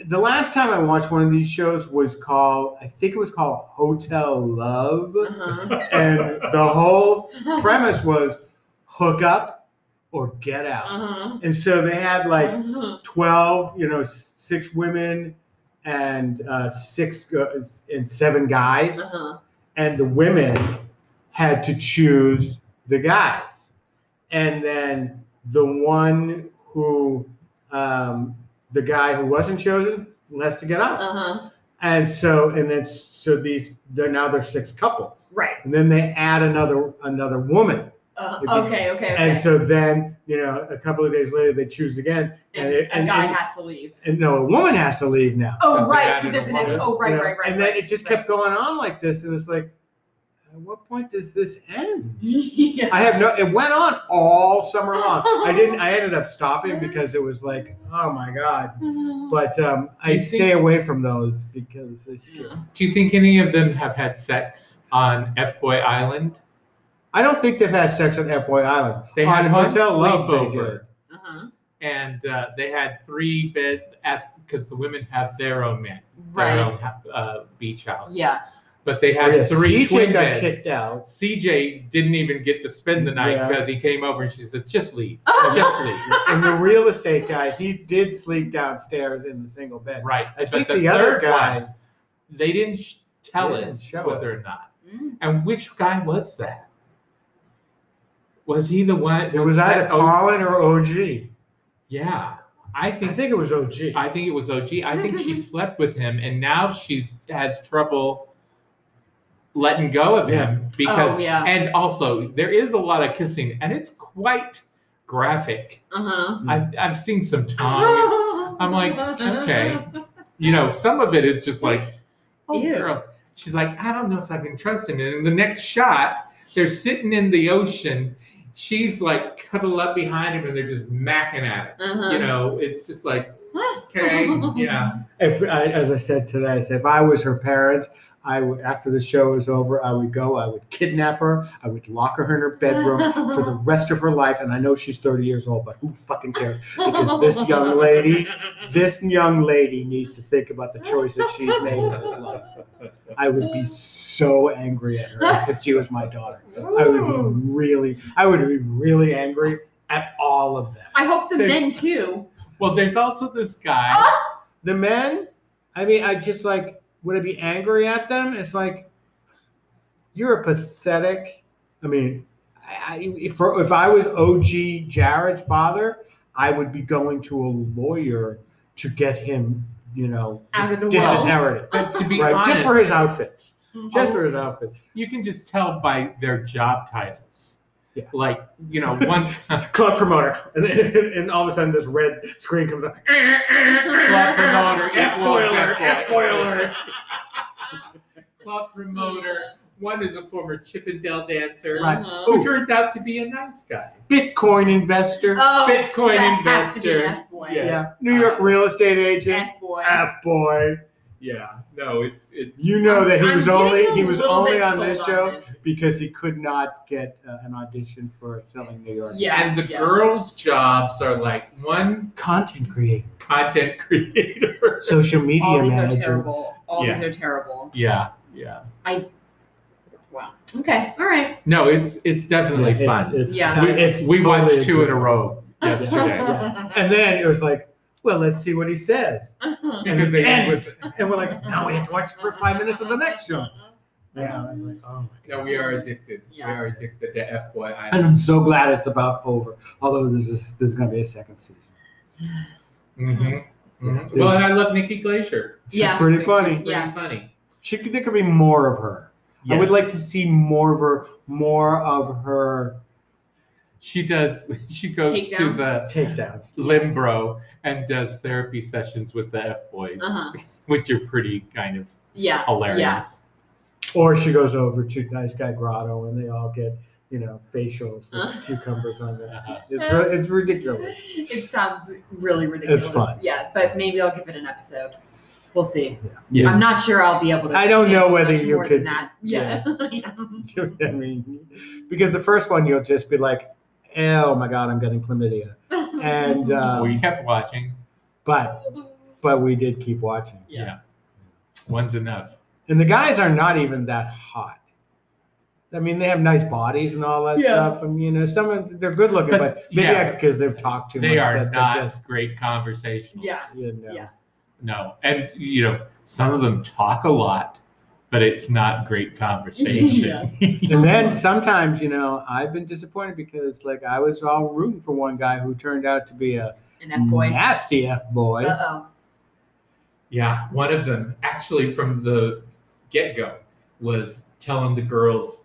The last time I watched one of these shows was called, I think it was called Hotel Love.
Uh-huh.
and the whole premise was hook up or get out.
Uh-huh.
And so they had like
Uh-huh.
12, you know, s- six women and uh, six gu- and seven guys,
Uh-huh.
and the women had to choose the guys. And then the one who, um, the guy who wasn't chosen, has to get out.
Uh-huh.
And so, and then, s- so these, they're now they're six couples
Right.
and then they add another another woman
Uh,
If you-
okay, okay, okay.
and so then you know a couple of days later they choose again
And
and it- and-
a guy
and-
has to leave.
and no a woman has to leave now
Oh,
Something
right,
added
because there's an
along.
extra. Oh, right,
You know,
right, right.
and then
right,
it just
right.
kept going on like this and it's like at what point does this end
yeah.
i have no it went on all summer long i didn't i ended up stopping because it was like oh my god
Uh-huh.
but um, i
You
stay
think-
away from those because they scare me.
Do you think any of them have had sex on F Boy Island?
i don't think they've had sex on f boy island
They
on
had one
hotel love they
sleepover.
did.
Uh-huh.
and uh, they had three bed at because the women have their own men, their
Right.
own uh, beach house.
Yeah.
but they had
Oh, yeah,
three
cj
twin
got
beds.
kicked out
CJ didn't even get to spend the night
Yeah.
because he came over and she said, "Just leave, just leave."
and the real estate guy, he did sleep downstairs in the single bed.
Right.
I
But
think the, other
third
guy,
one, they didn't sh- tell
They didn't
us
show
whether
us.
or not.
Mm.
And which guy was that? Was he the one?
it was either
that O-
Colin or OG.
yeah, I
I
think
think it was OG.
I think it was OG. I think she slept with him, and now she's has trouble letting go of him because.
oh yeah.
And also, there is a lot of kissing, and it's quite graphic.
Uh
Mm-hmm.
I've, I've seen some tongue.
huh.
Um, I'm like, okay. you know, some of it is just like, oh,
Ew.
girl. She's like, I don't know if I can trust him. And in the next shot, they're sitting in the ocean. She's like cuddled up behind him, and they're just macking at it.
Uh-huh.
You know, it's just like, Okay. Yeah.
If I, as I said today, I said, if I was her parents, I would after the show was over, I would go, I would kidnap her, I would lock her in her bedroom for the rest of her life. And I know she's 30 years old, but who fucking cares? Because this young lady, this young lady needs to think about the choices she's made in this life. I would be so angry at her if she was my daughter. I would be really, I would be really angry at all of them.
I hope the
There's-
men too.
Well, there's also this guy.
The men, I mean, I just like, would I be angry at them? It's like, you're a pathetic. I mean, I, I- if, for, if I was OG Jared's father, I would be going to a lawyer to get him, you know,
Out of the world.
disinherited.
But to be
Right?
honest,
Just for his outfits. Just
Oh.
for his outfits.
you can just tell by their job titles.
Yeah.
Like, you know, one
Club promoter. And, then, and all of a sudden, this red screen comes up.
club promoter,
F
equals
boiler,
F-boy.
F boiler.
club promoter, one is a former Chippendale dancer,
Right.
Uh-huh.
who turns out to be a nice guy.
Bitcoin investor.
Oh, Uh,
Bitcoin
that has to be
investor.
an F-boy.
Yeah.
yeah. New York real estate agent.
F-boy.
F boy.
Yeah, no, it's it's
You know that he
I'm
was
getting
only
a
he was
little
only
bit
on
sold
this show
this.
because he could not get uh, an audition for Selling New York.
Yeah.
and the
yeah.
girls' jobs are like one
Content creator,
content creator.
social media
All these are
manager.
terrible. All
Yeah.
these are terrible.
Yeah, yeah.
Wow. Okay. All right.
No, it's it's definitely
Yeah,
fun.
It's,
Yeah.
we
it's
we
totally
watched two in a
existent.
row yesterday.
Yeah. And then it was like, well, let's see what he says.
Uh-huh.
And,
Because
it
they
ends. and we're like, now we have to watch for five minutes of the next show.
Yeah.
I was like, oh.
No, we are addicted. We
Yeah.
are addicted to FYI.
And I'm so glad it's about over. Although there's this, there's going to be a second season.
Mm-hmm.
Yeah.
Well, and I love Nikki Glacier.
She's
Yeah.
pretty funny.
Pretty
Yeah.
funny.
She could, there could be more of her. I would
Yes.
like to see more of her, more of her
She does. She goes to
Takedowns.
the
takedowns.
Limbro and does therapy sessions with the F boys,
Uh-huh.
which are pretty kind of
Yeah.
hilarious.
Yeah.
Or she goes over to Nice Guy Grotto and they all get, you know, facials
Uh.
with cucumbers on them.
Uh-huh.
It's, ri- it's ridiculous.
It sounds really ridiculous.
fun.
Yeah, but maybe I'll give it an episode. We'll see.
Yeah.
I'm not sure I'll be able to.
I don't know
handle
whether
much
you
more
could-
Than that. Yeah. Yeah.
You know what I mean, because the first one you'll just be like, oh my God, I'm getting chlamydia. And, uh,
we kept watching.
But, but we did keep watching.
Yeah. One's enough.
And the guys are not even that hot. I mean, they have nice bodies and all that
Yeah.
stuff. And, you know, some of they're good looking,
But,
but maybe
yeah.
because they've talked too
they
much.
are
that,
not
That just,
great conversationalists.
Yeah.
you know.
Yeah.
No, and you know some of them talk a lot, but it's not great conversation.
And then sometimes, you know, I've been disappointed because like I was all rooting for one guy who turned out to be a
An F boy.
nasty F boy.
Uh oh.
Yeah, one of them actually from the get go was telling the girls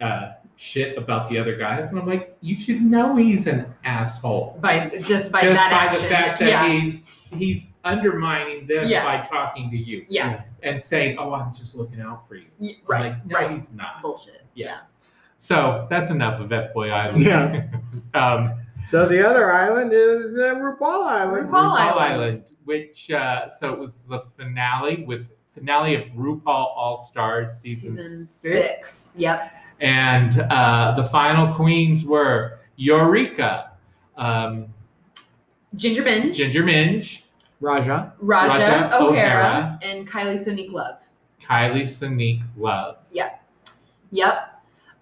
uh, shit about the other guys, and I'm like, you should know he's an asshole
By just by
just
that
by
action.
the fact that
yeah.
he's he's undermining them
Yeah.
by talking to you
yeah.
and saying, "Oh, I'm just looking out for you."
Yeah,
I'm
Right.
like, no,
Right.
he's not.
Bullshit.
Yeah. So that's enough of FBoy Island.
Yeah.
um,
So the other island is uh, RuPaul
RuPaul.
Island.
RuPaul
Island.
Island, which uh, so it was the finale with finale of RuPaul All Stars season,
Season
six,
six. Yep.
and uh, the final queens were Eureka, um,
Ginger Binge,
Ginger Minge,
Raja.
Raja,
Raja
O'Hara, and Kylie Sonique Love.
Kylie Sonique Love.
Yep.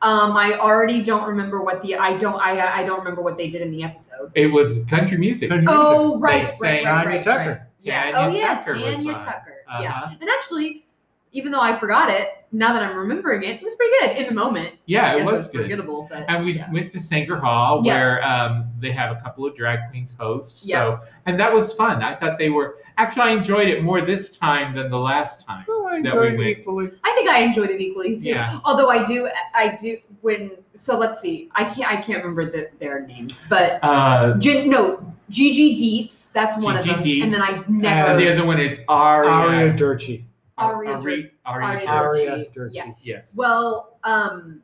Um, I already don't remember what the I don't I I don't remember what they did in the episode.
It was country music.
Country
Oh
They
right, right,
sang-
right, right,
Tanya
right.
Tucker.
Yeah.
Tanya
oh yeah,
Tucker was
Tanya
on.
Tucker.
Uh-huh.
Yeah. And actually, even though I forgot it, now that I'm remembering it, it was pretty good in the moment.
Yeah,
I
it
guess
was good.
forgettable, but
And we
yeah.
went to Sanger Hall
Yeah.
where um, they have a couple of drag queens hosts.
Yeah.
So and that was fun. I thought they were actually I enjoyed it more this time than the last time.
Oh, I
That
enjoyed
we
it
went.
equally.
I think I enjoyed it equally too.
Yeah.
Although I do, I do when. So let's see. I can't. I can't remember the, their names, but
Uh,
Gin, no, Gigi Dietz. That's one of them.
Gigi
And then I
and
never
Uh, the other one is Aria.
Aria Durchi.
Aria
Ari- Aria
Aria
Dur-
Aria
Durchi,
Durchi.
yeah.
Yes.
Well, um,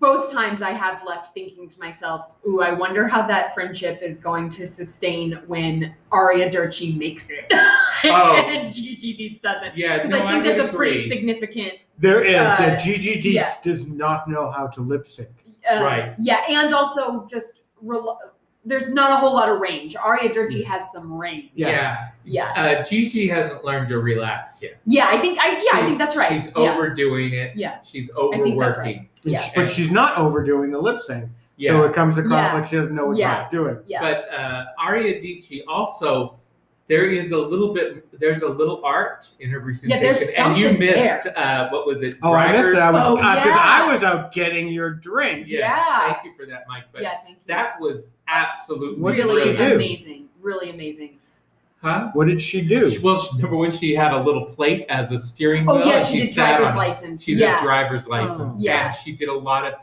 both times I have left thinking to myself, ooh, I wonder how that friendship is going to sustain when Aria Durchi makes it.
Oh.
and Gigi Deeds doesn't.
Yeah,
Because
no,
I
would
think there's a
agree.
pretty significant
There is
Uh,
that Gigi Deets
yeah.
does not know how to lip sync.
uh,
Right.
Yeah, and also just rel- there's not a whole lot of range. Aria
Mm.
Durji has some range.
Yeah.
Yeah.
Yeah.
Uh, Gigi hasn't learned to relax yet.
Yeah, I think I yeah, I
She's-
think that's right.
She's
yeah.
overdoing it.
Yeah.
She's
that's right.
overworking.
And
Yeah.
sh- But she's not overdoing the lip sync.
Yeah.
So it comes across
Yeah.
like she doesn't know what
Yeah.
she's doing.
Yeah.
But uh, Aria Dici also, there is a little bit, there's a little art in her
Yeah,
presentation.
there's
and you
something
missed, uh, what was it?
Oh, I missed it. I was
Oh,
because
yeah.
I was out getting your drink.
Yes,
Yeah.
Thank you for that, Mike. But
yeah, thank you.
that was absolutely
What did
really
she do?
amazing. Really amazing.
Huh?
What did she do?
She- well, she, number one, she had a little plate as a steering wheel.
Oh yeah,
and
she did
sat
driver's
on it.
license.
She's
yeah.
a driver's
Oh.
license.
Yeah.
And she did a lot of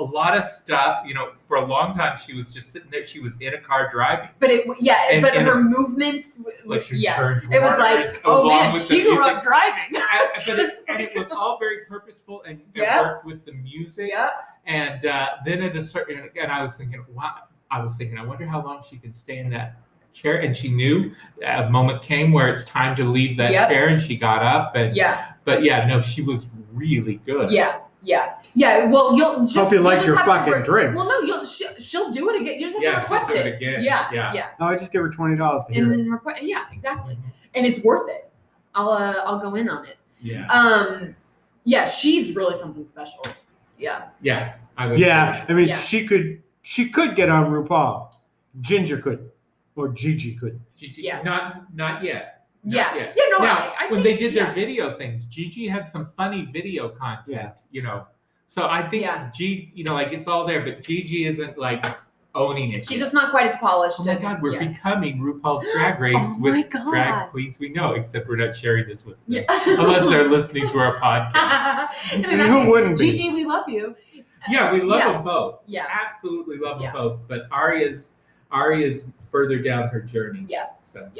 a lot of stuff. You know, for a long time she was just sitting there. She was in a car driving.
but it w- yeah,
And-
but
and-
her movements w-
Like she
yeah.
turned
It was like,
corners
oh
along
man,
with
she
the
grew
music.
up driving.
I- I- but it, and it was all very purposeful and, and
Yeah.
worked with the music.
yeah.
And uh, then at a certain and I was thinking, wow. I was thinking, I wonder how long she can stay in that chair. And she knew a moment came where it's time to leave that
Yep.
chair, and she got up. And
Yeah.
but yeah, no, she was really good.
Yeah. Yeah. Yeah. Well, you'll just
Hope you
you'll
liked
just
your
have to
fucking
re-
drink.
Well, no, you'll she'll, she'll do it again. You just have
Yeah,
to
she'll
request
do it again.
Yeah.
Yeah.
Yeah.
Oh, I just give her twenty dollars to
and
hear it.
then request. Yeah, exactly. And it's worth it. I'll uh, I'll go in on it.
Yeah,
Um, yeah, she's really something special. Yeah,
yeah, I would.
Yeah, I mean,
Yeah.
she could she could get on RuPaul. Ginger could, or Gigi could.
Gigi,
Yeah.
not not yet. Not
yeah, yeah.
yet.
no,
now,
I, I
when
think,
they did
yeah.
their video things, Gigi had some funny video content.
Yeah.
You know, so I think
Yeah.
G, you know, like it's all there, but Gigi isn't like owning it.
she's
yet.
just not quite as polished.
Oh my
and-
God, we're
yeah.
becoming RuPaul's Drag Race
Oh my
with
God.
drag queens we know, except we're not sharing this with them.
Yeah.
Unless they're listening to our podcast.
And in
And
that
who
case,
wouldn't be?
Gigi, we love you.
Yeah, we love
Yeah.
them both.
Yeah,
Absolutely love
Yeah.
them both. But Aria's Aria's further down her journey.
Yeah.
So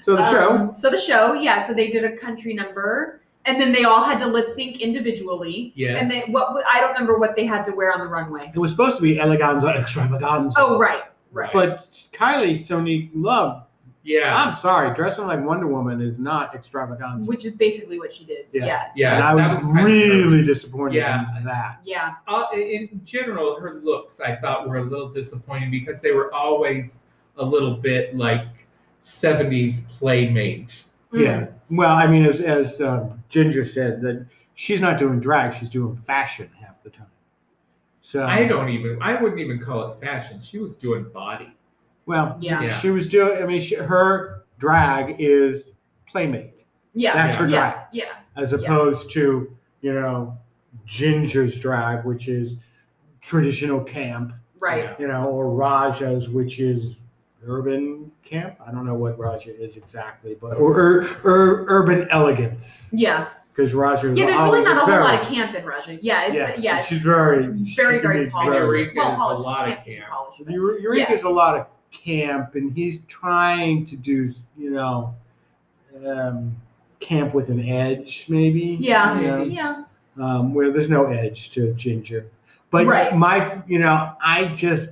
So the show.
Um, So the show, yeah. So they did a country number, and then they all had to lip sync individually.
Yes.
And they what I don't remember what they had to wear on the runway.
It was supposed to be eleganza extravaganza.
Oh right, right.
But Kylie Sonique Love,
Yeah.
I'm sorry, dressing like Wonder Woman is not extravaganza.
Which is basically what she did.
Yeah.
Yeah.
Yeah.
and
that
I was,
kind of her-
really disappointed
Yeah.
in that.
Yeah.
uh, in general, her looks I thought were a little disappointing because they were always a little bit like 70s playmate.
Yeah. Well, I mean, as, as um, Ginger said, that she's not doing drag; she's doing fashion half the time. So
I don't even I wouldn't even call it fashion. She was doing body.
Well,
Mm. Yeah.
Yeah.
she was doing. I mean, she, her drag is playmate
Yeah.
That's her
yeah.
drag.
Yeah.
as
Yeah.
opposed to you know Ginger's drag, which is traditional camp,
Right.
Yeah.
you know, or Raja's, which is urban camp. I don't know what Raja is exactly, but or, or, or urban elegance
Yeah.
because Raja. is
Yeah, there's really
always
not a whole
very-
lot of camp in Russia. Yeah, it's yeah, it's
she's very, she
very,
can
very
be
polished.
Eureka is
well
a
polished.
lot of
can't be
camp.
polished, but-
Eur- Eureka's a lot of camp, and he's trying to do, you know, um, camp with an edge, maybe.
Yeah.
you
Yeah.
know, um, where there's no edge to Ginger. But
Right.
my, you know, I just,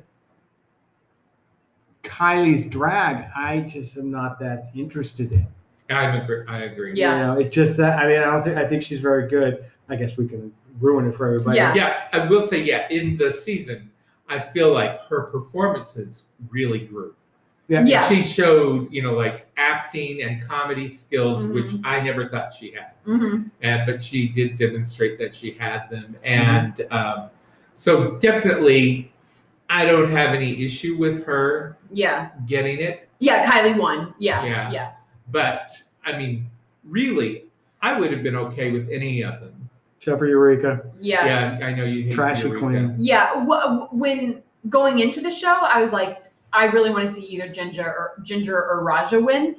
Kylie's drag, I just am not that interested in.
I'm agree I agree.
Yeah.
You know, it's just that, I mean, I don't think, I think she's very good. I guess we can ruin it for everybody.
Yeah.
Yeah, I will say, yeah, in the season, I feel like her performances really grew.
Yeah.
Yeah.
She showed, you know, like acting and comedy skills, which
Mm-hmm.
I never thought she had.
Mhm.
and but she did demonstrate that she had them and um, so definitely i don't have any issue with her
Yeah.
getting it
Yeah, Kylie won. Yeah.
Yeah.
Yeah.
but i mean really i would have been okay with any of them
Except for Eureka.
Yeah.
yeah, i know you hate
Trashy
Eureka.
queen.
Yeah, wh- when going into the show, I was like, I really want to see either Ginger or Ginger or Raja win.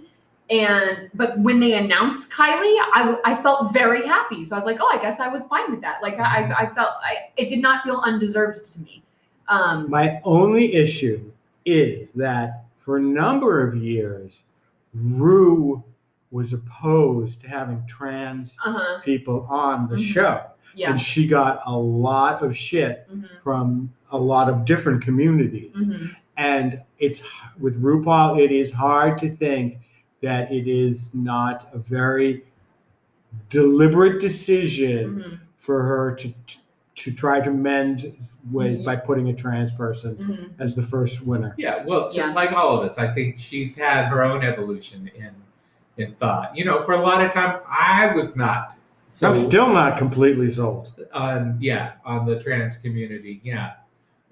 And but when they announced Kylie, I, w- I felt very happy. So I was like, oh, I guess I was fine with that. Like I I, I felt I, it did not feel undeserved to me. Um,
My only issue is that for a number of years, Rue was opposed to having trans
uh huh.
people on the
Mhm.
show.
Yeah.
and she got a lot of shit
hmm
from a lot of different communities.
hmm
And it's with RuPaul, it is hard to think that it is not a very deliberate decision
hmm
for her to to try to mend ways
Mm-hmm.
by putting a trans person
hmm
as the first winner.
Yeah, well, just
Yeah.
like all of us, I think she's had her own evolution in in thought. You know, for a lot of time, I was not so
I'm still not completely sold.
on yeah on the trans community. Yeah,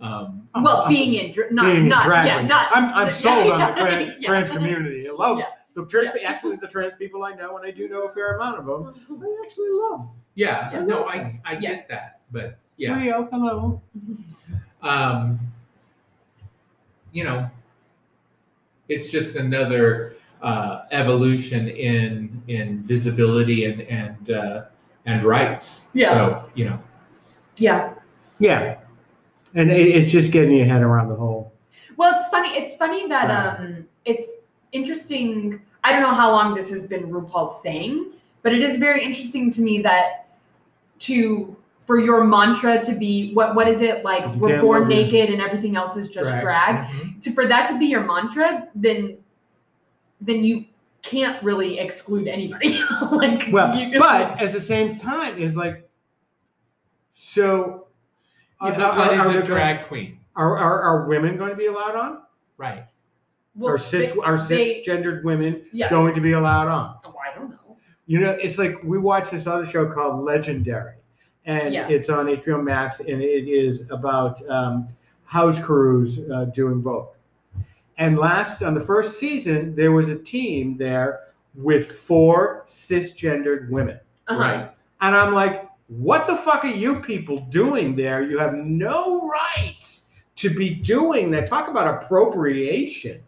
um,
Well, being in dr- not
Oh, being
not
a drag
yeah
queen.
not
I'm, I'm sold on the trans,
Yeah.
trans community. I love
Yeah.
the trans,
Yeah. Mm-hmm.
actually the trans people I know, and I do know a fair amount of them. I actually love
yeah,
Yeah.
no, I I get that, but yeah,
Rio. Hello.
um, you know, it's just another uh, evolution in in visibility and and uh, and rights.
Yeah.
so you know,
yeah.
Yeah, and it, it's just getting your head around the whole.
Well, it's funny. It's funny that
Right.
um, it's interesting. I don't know how long this has been RuPaul's saying, but it is very interesting to me that to for your mantra to be what what is it like?
If you
We're
can't
born
love your-
naked and everything else is just
drag.
drag.
Mhm.
to for that to be your mantra, then then you can't really exclude anybody. like
Well,
you,
but at the same time, it's like so.
Yeah,
are-
but what
are- are
is
there
a
go-
drag queen?
Are, are, are women going to be allowed on?
Right.
well,
are cis
they-
are
they-
cisgendered women
yeah.
going to be allowed on?
Oh, I don't know.
You know, it's like we watch this other show called Legendary, and
Yeah.
it's on HBO Max, and it is about um, house crews uh, doing Vogue. And last on the first season, there was a team there with four cisgendered women.
Uh-huh.
Right.
And I'm like, what the fuck are you people doing there? You have no right to be doing that. Talk about appropriation.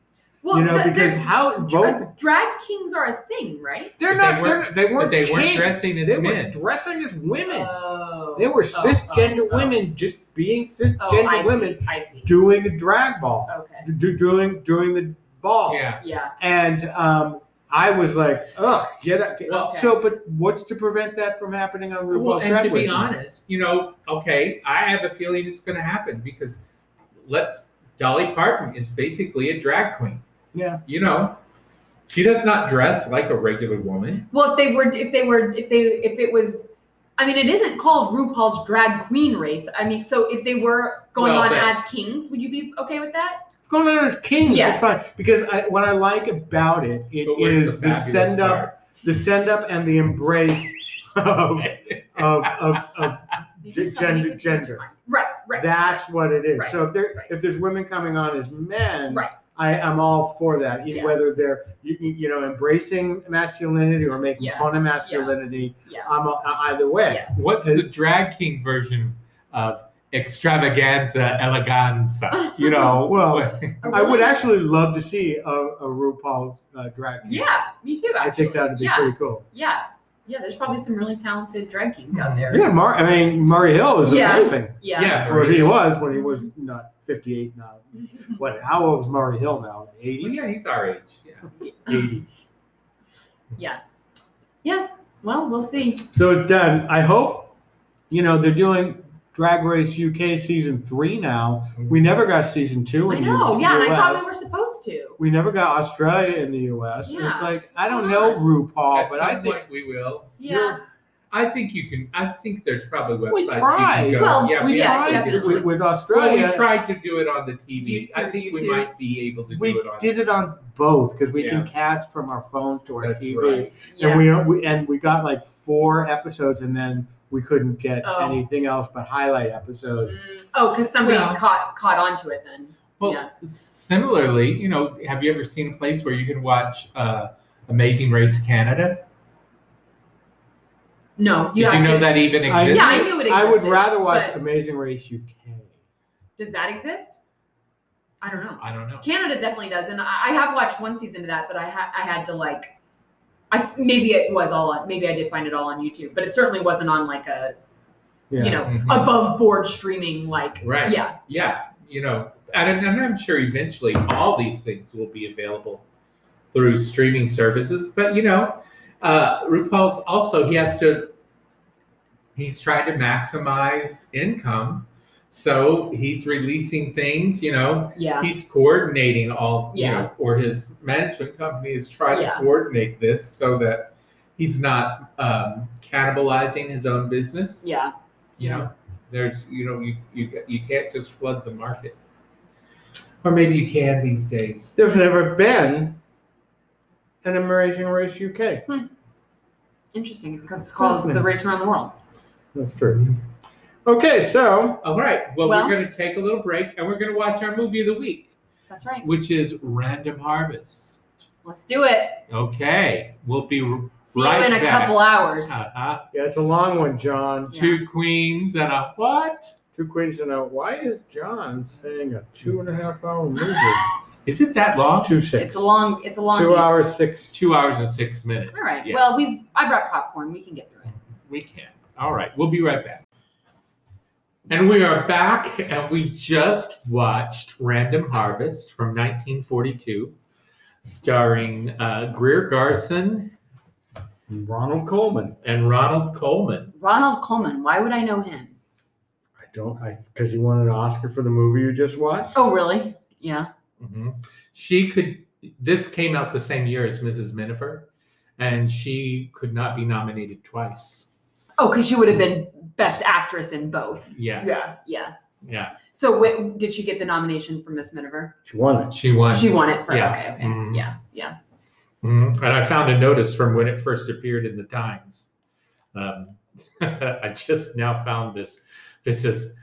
Well,
you know,
the-
because
the-
how
dra-
Vogue,
drag kings are a thing, right?
they're
But
not,
they
they
weren't-
weren't, they
But
weren't,
they weren't
kings.
dressing as
They were
men.
dressing as women.
Oh,
They were
oh,
cisgender
oh, oh.
women just being
Oh,
cisgender
I see,
women
I see.
doing a drag ball,
Okay.
do, doing, doing the ball.
yeah.
Yeah.
And um, I was like, ugh, get out. get-
Well-
So, but what's to prevent that from happening on RuPaul's
Well, and
Drag
to be
Race?
honest, you know, okay, I have a feeling it's going to happen because let's Dolly Parton is basically a drag queen.
Yeah.
You know, she does not dress like a regular woman.
Well, if they were, if they were, if they, if it was, I mean, it isn't called RuPaul's drag queen race. I mean, so if they were going
Well,
on
but-
as kings, would you be okay with that?
going on as kings
Yeah.
it's fine because I, what I like about it it
But where's
is
the
the,
fabulous
send up
part?
the send up and the embrace of of, of, of
Maybe
G-
somebody
gender-
could change
gender.
their mind. Right. Right.
that's what it is.
Right,
So if there
right.
if there's women coming on as men,
Right.
I am all for that. You-
Yeah.
Whether they're you, you you know embracing masculinity or making
Yeah.
fun of masculinity,
Yeah.
I'm a, either way.
Yeah.
What's the drag king version of extravaganza eleganza? You know,
Well,
A
I would
really-
actually love to see a, a RuPaul uh, drag. queen.
Yeah, me too.
I
Actually.
think that would be
yeah,
pretty cool.
Yeah, yeah. There's probably some really talented drag kings out there.
Yeah, Mar- I mean, Murray Hill is
Yeah.
amazing.
Yeah.
yeah,
Or
Maria.
he was when he was not 58 now. What, how old is Murray Hill now? 80?
yeah, he's our age. Yeah.
80.
Well, we'll see.
So it's done. I hope, you know, they're doing Drag Race UK season three now. We never got season two
I
in
know.
the
Yeah, and I thought we
US.
were supposed to.
We never got Australia in the US.
Yeah.
It's like, I don't know RuPaul,
At
Oh, but
some
I think
point we will.
Yeah.
I think you can. I think there's probably websites
We
you
tried.
can go.
Well,
yeah,
we
yeah,
tried
did.
it
definitely.
with, with
Well,
Australia.
we tried to do it on the TV.
You-
I think we
YouTube.
might be able to do
We
it on.
did it on both because we
Yeah.
can cast from our phone to our
That's
TV.
right.
Yeah.
And we, we and we got like four episodes, and then we couldn't get
Oh.
anything else but highlight episodes.
Mm, oh, because somebody
Well-
caught caught onto it then.
Well,
yeah.
similarly, you know, have you ever seen a place where you can watch uh, Amazing Race Canada?
No, you
did
have
you know
to,
that even
I-
exists?
Yeah, I knew it existed.
I would rather watch
but
Amazing Race UK.
Does that exist? I don't know.
I don't know.
Canada definitely does, and I, I have watched one season of that, but I ha- I had to like, I maybe it was all on, maybe I did find it all on YouTube, but it certainly wasn't on like a
Yeah.
you know
Mhm.
above board streaming like
Right.
yeah
Yeah, you know, and, and I'm sure eventually all these things will be available through streaming services. But you know, uh, RuPaul's also he has to he's trying to maximize income. So he's releasing things, you know,
Yeah.
he's coordinating all,
Yeah.
you know, or his management company is trying
Yeah.
to coordinate this so that he's not um, cannibalizing his own business.
Yeah.
You know, there's, you know, you, you, you can't just flood the market. Or maybe you can these days.
There's never been an Amazing Race UK.
Interesting because it's called
Fascinating.
the race around the world.
That's true. Okay, so
All right. Well,
Well-
we're going to take a little break and we're going to watch our movie of the week,
That's right.
which is Random Harvest.
Let's do it.
Okay. We'll be
See you
Right
in a
back.
couple hours.
uh
yeah, it's a long one, John.
Yeah.
two queens and a what?
Two queens to know why is John saying a two and a half hour movie?
Is it that long?
two six.
It's a long. It's a long.
Two
game.
hours six.
Two hours and six minutes.
All right.
Yeah,
Well, we. I brought popcorn. We can get through it.
we can. All right. We'll be right back. And we are back, and we just watched Random Harvest from 1942, starring uh, Greer Garson
Ronald Coleman.
and Ronald Coleman.
Ronald Coleman. Why would I know him?
I don't. I because he won an Oscar for the movie you just watched.
Oh, really? Yeah.
Mhm. She could. This came out the same year as Mrs. Minifer, and she could not be nominated twice.
Oh, because you would have been best actress in both.
Yeah,
Yeah. Yeah.
yeah.
So wait, did she get the nomination for Miss Miniver?
She won it.
She won.
She won it for.
Uh, Yeah.
Okay. Okay.
Mhm.
Yeah. Yeah.
Mhm. And I found a notice from when it first appeared in the Times. Um, I just now found this. This is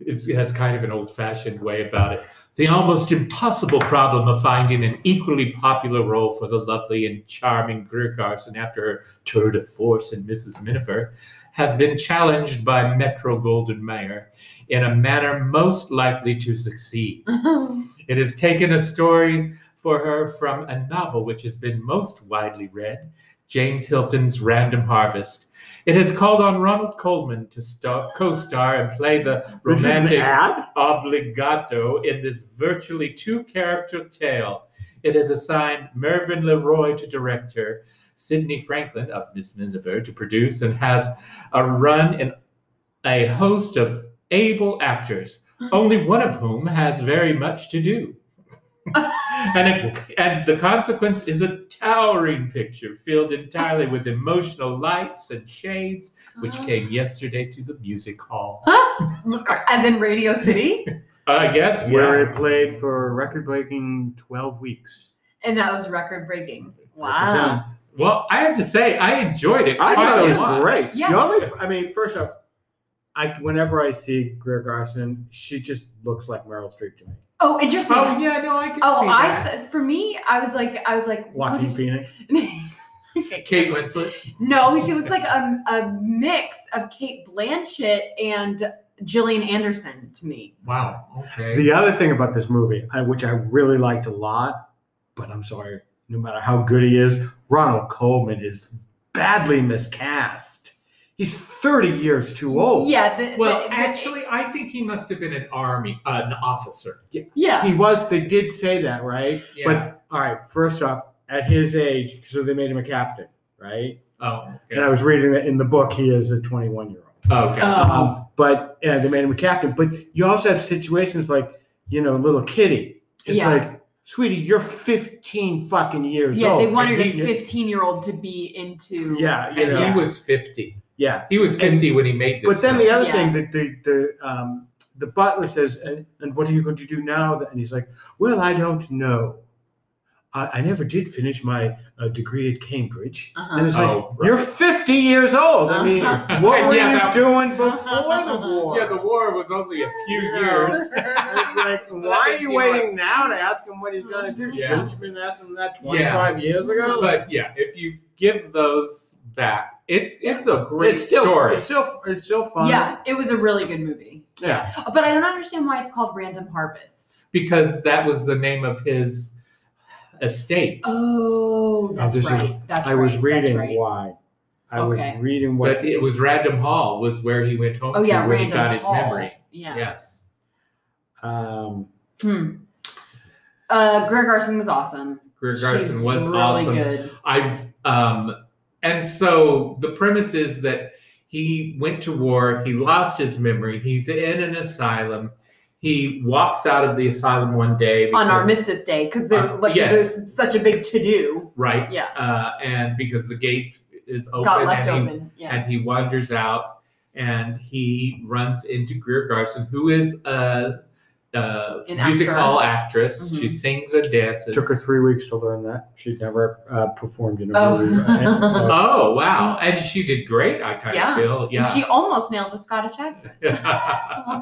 it's, it has kind of an old-fashioned way about it. The almost impossible problem of finding an equally popular role for the lovely and charming Greer Garson after her tour de force in Mrs. Minifer has been challenged by Metro Golden Mayer in a manner most likely to succeed. It has taken a story for her from a novel which has been most widely read, James Hilton's Random Harvest. It has called on Ronald Coleman to star, co-star and play the
This is an
romantic
ad.
obligato in this virtually two-character tale. It has assigned Mervyn LeRoy to direct her, Sidney Franklin of Miss Miniver to produce, and has a run in a host of able actors, only one of whom has very much to do. and, a, and the consequence is a towering picture filled entirely with emotional lights and shades, which
Ah.
came yesterday to the music hall.
As in Radio City,
I guess.
Where
yeah.
it played for record-breaking twelve weeks.
and that was record breaking. Wow.
Wow.
Well, I have to say, I enjoyed it.
I
quite
thought
a
it was
lot.
great.
Yeah.
The only, I mean, first off, I whenever I see Greer Garson, she just looks like Meryl Streep to me.
Oh, interesting.
Oh yeah, no, I can see
Oh, I
that.
s- for me, I was like, I was like, what
Joaquin
is
Phoenix.
Kate Winslet.
no, she looks like a, a mix of Kate Blanchett and Gillian Anderson to me.
Wow. Okay.
The other thing about this movie, I, which I really liked a lot, but I'm sorry, no matter how good he is, Ronald Coleman is badly miscast. He's 30 years too old.
Yeah. The,
well,
the- the-
actually, I think he must have been an army, uh, an officer.
yeah.
He was, they did say that, right?
Yeah.
All right, first off, at his age, so they made him a captain, right?
oh.
And I
Okay.
was reading that in the book, he is a 21 year old.
okay.
Uh,
Um, but uh, they made him a captain. But you also have situations like, you know, little Kitty. It's
Yeah.
like, sweetie, you're 15 fucking years
Yeah,
old.
they wanted
and
a
he-
15 year old to be into.
Yeah, you
and
know,
he was fifty.
yeah.
He was fifty when he made this.
But then the
film.
other
Yeah.
thing that the the um, the butler says, and, and what are you going to do now? And he's like, well, I don't know. I, I never did finish my uh, degree at Cambridge.
Uh-huh.
And it's like,
Oh, right.
you're 50 years old. I mean,
Uh-huh.
what were
Yeah,
you
that-
doing before the war?
yeah, the war was only a few years.
It's like,
So that
why are
makes
you
you
waiting now to ask him what he's going to do?
Yeah.
Shouldn't you been asking him that 25 years ago?
But yeah, if you give those back, it's it's a great
it's still,
story.
it's still, it's still fun.
Yeah, it was a really good movie.
Yeah.
But I don't understand why it's called Random Harvest.
because that was the name of his estate.
Oh,
that's
that's
this is-
right. That's
I was
right, that's
reading
right.
why. I
Okay.
was reading what
But it was Random Hall was where he went home
Oh
to
yeah,
when he
Random
got his
Hall.
memory.
Yeah.
Yes.
Um,
Hmm. Uh, Greg Garson was awesome.
Greer
She's
Garson was
really
awesome.
good.
I've um and so the premise is that He went to war. He lost his memory. He's in an asylum. He walks out of the asylum one day
on
because-
Armistice Day because there
Uh,
like 'cause
yes.
there's such a big to do
right?
Yeah.
uh, and because the gate is open,
got left
and he
open. Yeah.
and he wanders out and he runs into Greer Garson, who is a, a
An
music
actor.
hall actress. She
Mhm.
sings and dances.
Took her three weeks to learn that. She'd never uh, performed in a
Oh.
movie. Uh,
oh wow! And she did great. I kind
Yeah.
of feel
And
yeah.
she almost nailed the Scottish accent.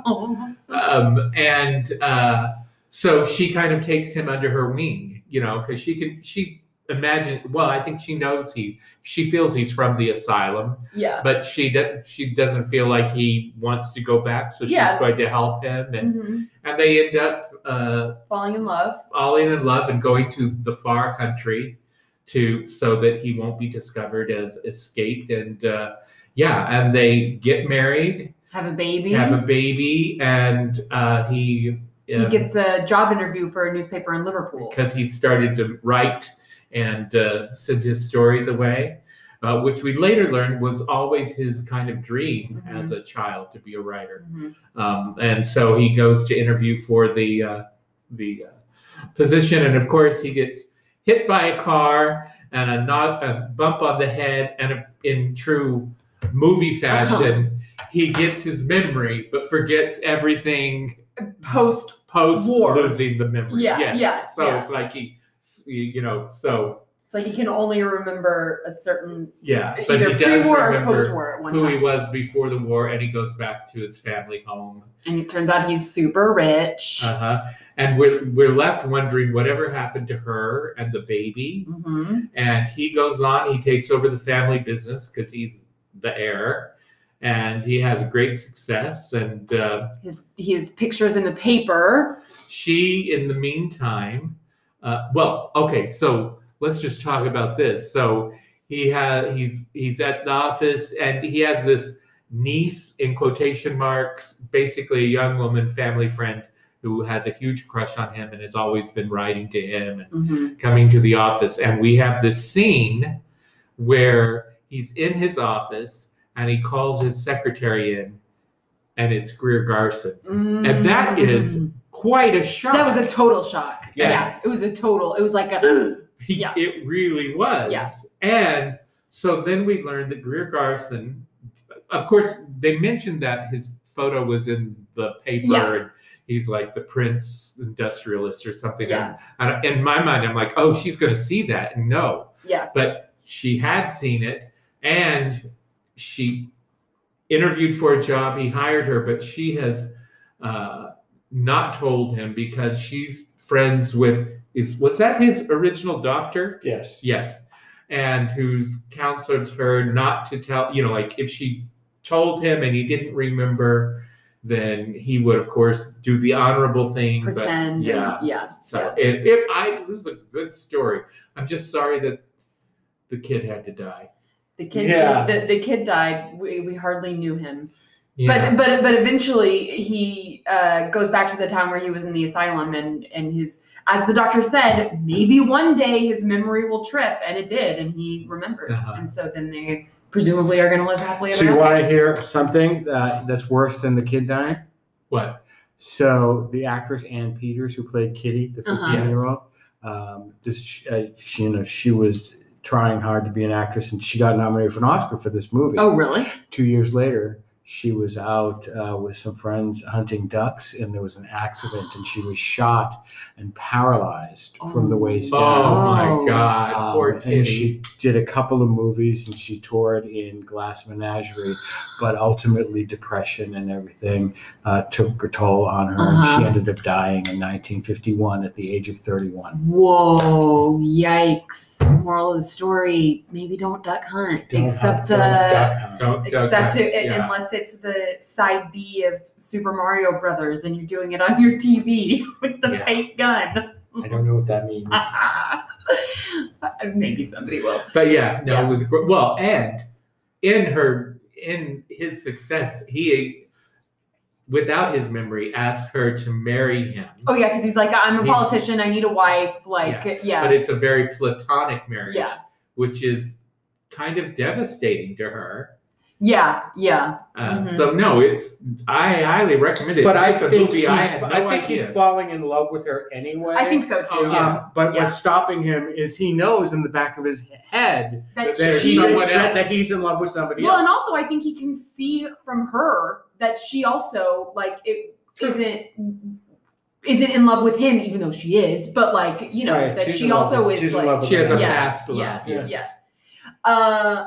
um, and uh, so she kind of takes him under her wing, you know, because she can she imagine. Well, I think she knows he she feels he's from the asylum,
yeah.
but she do, she doesn't feel like he wants to go back, so
Yeah.
she's going to help him and.
Mhm.
and they end up uh,
Falling in love.
falling in love and going to the far country to so that he won't be discovered as escaped and uh, yeah and they get married
Have a baby.
have a baby and uh, he
he gets a job interview for a newspaper in Liverpool.
because he started to write and uh, send his stories away uh, which we later learned was always his kind of dream
Mhm.
as a child to be a writer
Mhm.
um, and so he goes to interview for the uh, the uh, position, and of course he gets hit by a car and a knock, a bump on the head, and a, in true movie
Uh-huh.
fashion, he gets his memory but forgets everything
Post
post
War.
losing the memory.
Yeah,
Yes.
yeah,
So
yeah.
it's like he, you know, so
it's like he can only remember a certain
yeah, but
either
he does
pre-war or
remember
post-war at one
who
time.
he was before the war, and he goes back to his family home.
and it turns out he's super rich.
Uh-huh. And we're we're left wondering whatever happened to her and the baby.
hmm
And he goes on, he takes over the family business because he's the heir. And he has great success. And uh,
His his pictures in the paper.
she, in the meantime, uh, well, okay, so let's just talk about this. So he has he's he's at the office, and he has this niece in quotation marks, basically a young woman, family friend, who has a huge crush on him and has always been writing to him and
Mhm.
coming to the office and we have this scene where he's in his office and he calls his secretary in and it's greer garson And that is
Mm.
quite a shock
that was a total shock.
Yeah.
it was a total. It was like a
He-
yeah.
it really was
Yeah.
and so then we learned that greer garson of course they mentioned that his photo was in the paper
Yeah.
and he's like the prince industrialist or something
yeah
and in my mind i'm like oh she's going to see that no
yeah.
she had seen it and she interviewed for a job he hired her but she has uh, not told him because she's friends with is was that his original doctor
yes.
yes and who's counseled her not to tell you know like if she told him and he didn't remember then he would of course do the honorable thing but
Pretend. and-
yeah.
yeah.
so it, it, I, it was a good story. I'm just sorry that the kid had to die.
The kid.
Yeah.
The, the kid died. We, we hardly knew him.
Yeah.
But but but eventually he uh, goes back to the time where he was in the asylum and and his as the doctor said maybe one day his memory will trip and it did and he remembered
Uh-huh.
and so then they presumably are going to live happily ever
So you
after.
want to hear something uh, that's worse than the kid dying?
what?
So the actress Ann Peters, who played Kitty, the
Uh-huh.
15 year old, um, this sh- uh, she, you know she was trying hard to be an actress, and she got nominated for an Oscar for this movie.
Oh really?
Two years later, she was out uh, with some friends hunting ducks, and there was an accident, and she was shot and paralyzed from the
Oh.
waist
Oh
down.
my
Oh.
God!
Um,
poor
and
kitty.
she did a couple of movies and she toured in Glass Menagerie, but ultimately depression and everything uh, took a toll on her, and
Uh-huh.
she ended up dying in 1951 at the age of 31.
Whoa! Yikes! Moral of the story: Maybe don't duck hunt,
Don't
except
hunt,
uh,
don't duck hunt.
Don't- don't
except
ask.
it, it-
Yeah.
unless it's the side B of Super Mario Brothers and you're doing it on your TV with the
Yeah.
fake gun.
I don't know what that means.
Maybe somebody will.
But yeah, no,
Yeah.
it was great. Well, and in her, in his success, he, without his memory, asked her to marry him.
Oh yeah, because he's like, I'm a
Yeah.
politician. I need a wife. Like, yeah,
But it's a very platonic marriage,
Yeah.
which is kind of devastating to her.
yeah. Yeah, yeah.
Uh,
Mhm.
So no, it's I highly recommend it.
Mm-hmm. But I
It's a
think,
movie
he's,
I had no
I think
idea.
he's falling in love with her anyway.
I think so too.
Oh, yeah.
Um, but
Yeah.
what's stopping him is he knows in the back of his head
That
that,
There's
she
he's,
someone
that,
else.
that he's in love with somebody
Well,
else.
and also I think he can see from her that she also like it
True.
isn't isn't in love with him, even though she is. But like you know
Right,
that
she's
she
in love
also
with-
is
she's in
like.
love with
she has
him.
a
Yeah,
past love.
yeah,
yes.
yeah. Uh,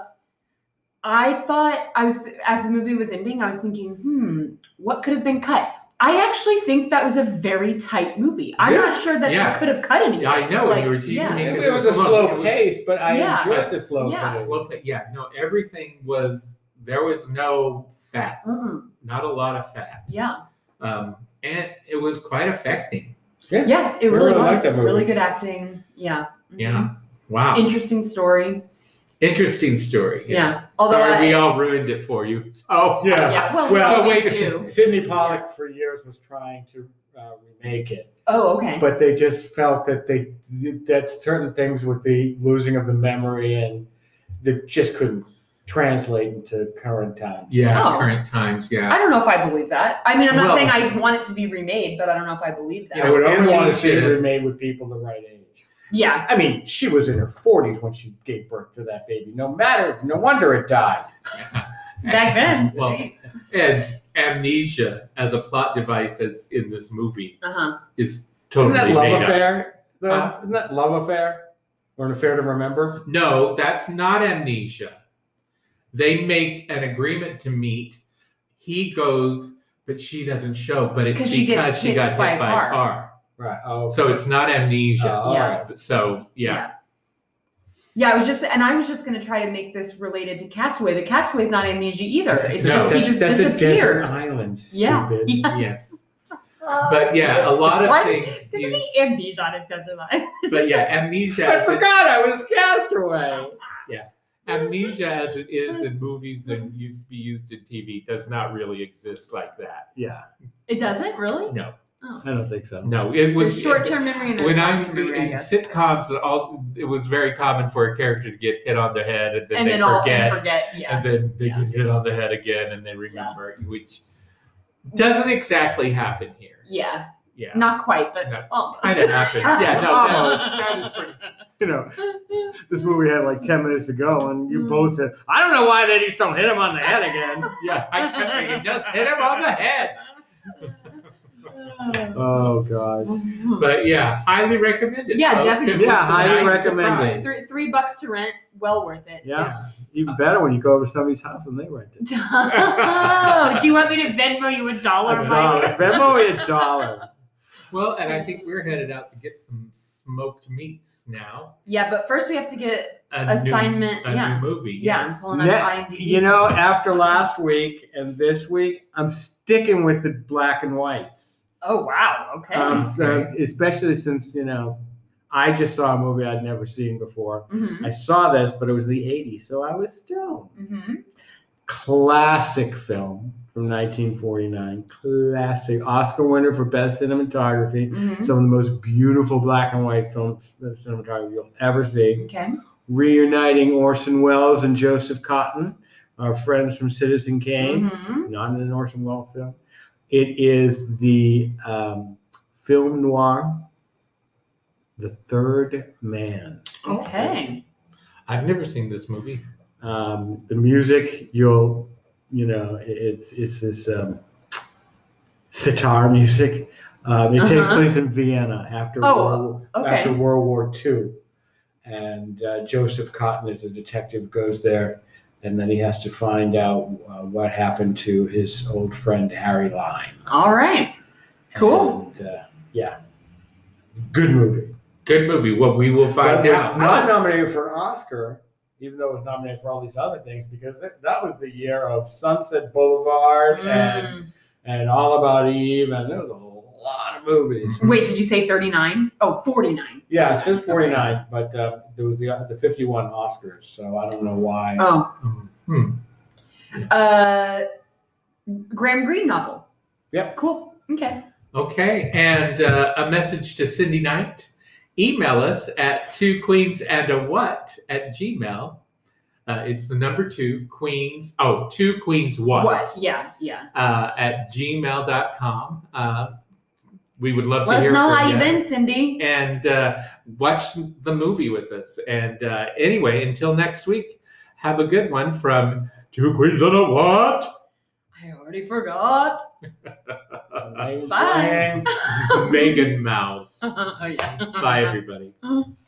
I thought I was as the movie was ending, I was thinking, hmm, what could have been cut? I actually think that was a very tight movie. I'm
Yeah.
not sure that
Yeah.
they could have cut anything.
Yeah, I know. and
Like,
you were teasing
yeah.
me.
It,
'cause
was a
slow-
slow
it was
pace, but I
Yeah.
enjoyed the slow
Yeah.
pace.
slow pa- Yeah, no, everything was there was no fat,
Mm-hmm.
Mm-mm.
not a lot of fat,
yeah,
um, and it was quite affecting.
yeah, it
I
really
really like
was
that movie.
really good acting. Yeah, Mm-hmm.
Mm-hmm.
Yeah. Wow.
interesting story.
Interesting story.
Yeah, although
Sorry,
I,
we all ruined it for you. Oh
Yeah.
yeah, well,
Well,
wait.
movies do.
Sidney Pollack for years was trying to uh, remake it,
Oh, okay.
but they just felt that they that certain things with the losing of the memory and they just couldn't translate into current time.
Yeah.
Oh.
Current times. Yeah.
I don't know if I believe that. I mean, I'm not
Well-
saying I want it to be remade, but I don't know if I believe that.
Yeah,
I would only
Emily
want to see it
did it.
remade with people the right age.
yeah.
I mean, she was in her forties when she gave birth to that baby. No matter, no wonder it died.
back then.
Well- And amnesia as a plot device, as in this movie,
uh huh.
is totally
Isn't that
made
love
up.
affair? Though?
Huh?
Isn't that love affair or an affair to remember?
No, that's not amnesia. They make an agreement to meet. He goes, but she doesn't show. But it's
'Cause she gets
because she
hit
got hit by a car.
Right. Oh,
So it's not amnesia.
Oh,
Yeah.
all right.
So yeah,
Yeah, I was just, and I was just going to try to make this related to Castaway, but Castaway's not amnesia either. It's
No.
just he
That's-
just
that's a desert
disappears.
island.
Yeah.
Stupid.
Yeah.
yes. But yeah, a lot of
Uh, Why-
things.
There's
Use,
gonna be amnesia on a desert island.
but yeah, amnesia.
I
As it,
forgot I was castaway.
amnesia, as it is in movies and used to be used in TV, does not really exist like that.
Yeah,
It doesn't really.
No,
I don't think so.
no. It was
There's short-term memory and there's
when I'm
long-term memory, I
in
guess.
sitcoms, and all it was very common for a character to get hit on the head and then
and
they
then all
forget,
and forget. Yeah.
and then they
Yeah.
get hit on the head again and they remember, which doesn't exactly happen here.
yeah,
Yeah,
Not quite, but
No.
almost.
kind of happens. Yeah, no, that was, that was pretty.
You know, this movie had like ten minutes to go, and
Mm.
you both said, "I don't know why they just don't hit him on the head again."
Yeah, I kept thinking, just hit him on the head.
Oh gosh.
But yeah, highly recommend it.
Yeah,
folks. It
definitely.
was
Yeah,
a
highly
nice
recommend
surprise.
it.
three, three bucks to rent, well worth it.
Yeah, even better when you go over to somebody's house and they rent it.
oh, do you want me to Venmo you a dollar,
a
Mike.
dollar.
Mike?
Venmo me a dollar.
Well, and I think we're headed out to get some smoked meats now.
Yeah, but first we have to get
A new-
assignment.
a
yeah,
new movie.
yeah, I'm
yes.
pulling up
Ne-
IMDb.
You know, after last week and this week, I'm sticking with the black and whites.
Oh wow. Okay.
Um,
Okay.
so- especially since you know, I just saw a movie I'd never seen before.
hmm
I saw this, but it was the '80s, so I was stoned.
hmm
Classic film from 1949. Classic Oscar winner for best cinematography.
hmm
Some of the most beautiful black and white film uh, cinematography you'll ever see.
Okay.
Reuniting Orson Welles and Joseph Cotton, our friends from Citizen Kane
hmm
not an Orson Welles film. It is the um, film noir, The Third Man.
Okay.
I've never seen this movie.
Um, the music, you'll, you know, it, it's it's this um, sitar music. Um, it takes
Uh-huh.
place in Vienna after
Oh,
World,
okay.
after World War II, and uh, Joseph Cotton, as a detective, goes there, and then he has to find out uh, what happened to his old friend Harry Lyme.
All right. Cool.
And, uh, yeah. Good movie.
Good movie. Well, we will
But
find
it was
out.
not nominated for an Oscar, even though it was nominated for all these other things, because it, that was the year of Sunset Boulevard and,
Mm.
and All About Eve, and there was a lot of movies.
Wait, did you say 39? Oh, 49.
Yeah, it says 49, but uh, there was the, the 51 Oscars, so I don't know why.
Oh.
Hmm.
Uh, Graham Greene novel.
Yep.
Cool. Okay.
Okay. And uh, a message to Cindy Knight. Email us at two queens and a what at gmail. Uh, it's the number two Queens. Oh, two Queens what?
What? Yeah, yeah.
Uh, at gmail.com. Uh, we would love to
Let us
hear
know
from
how
you.
you've been, Cindy.
And uh, watch the movie with us. And uh, anyway, until next week, have a good one from Two Queens on a What?
I already forgot.
Bye.
Bye.
Megan Mouse.
oh yeah.
Bye, everybody.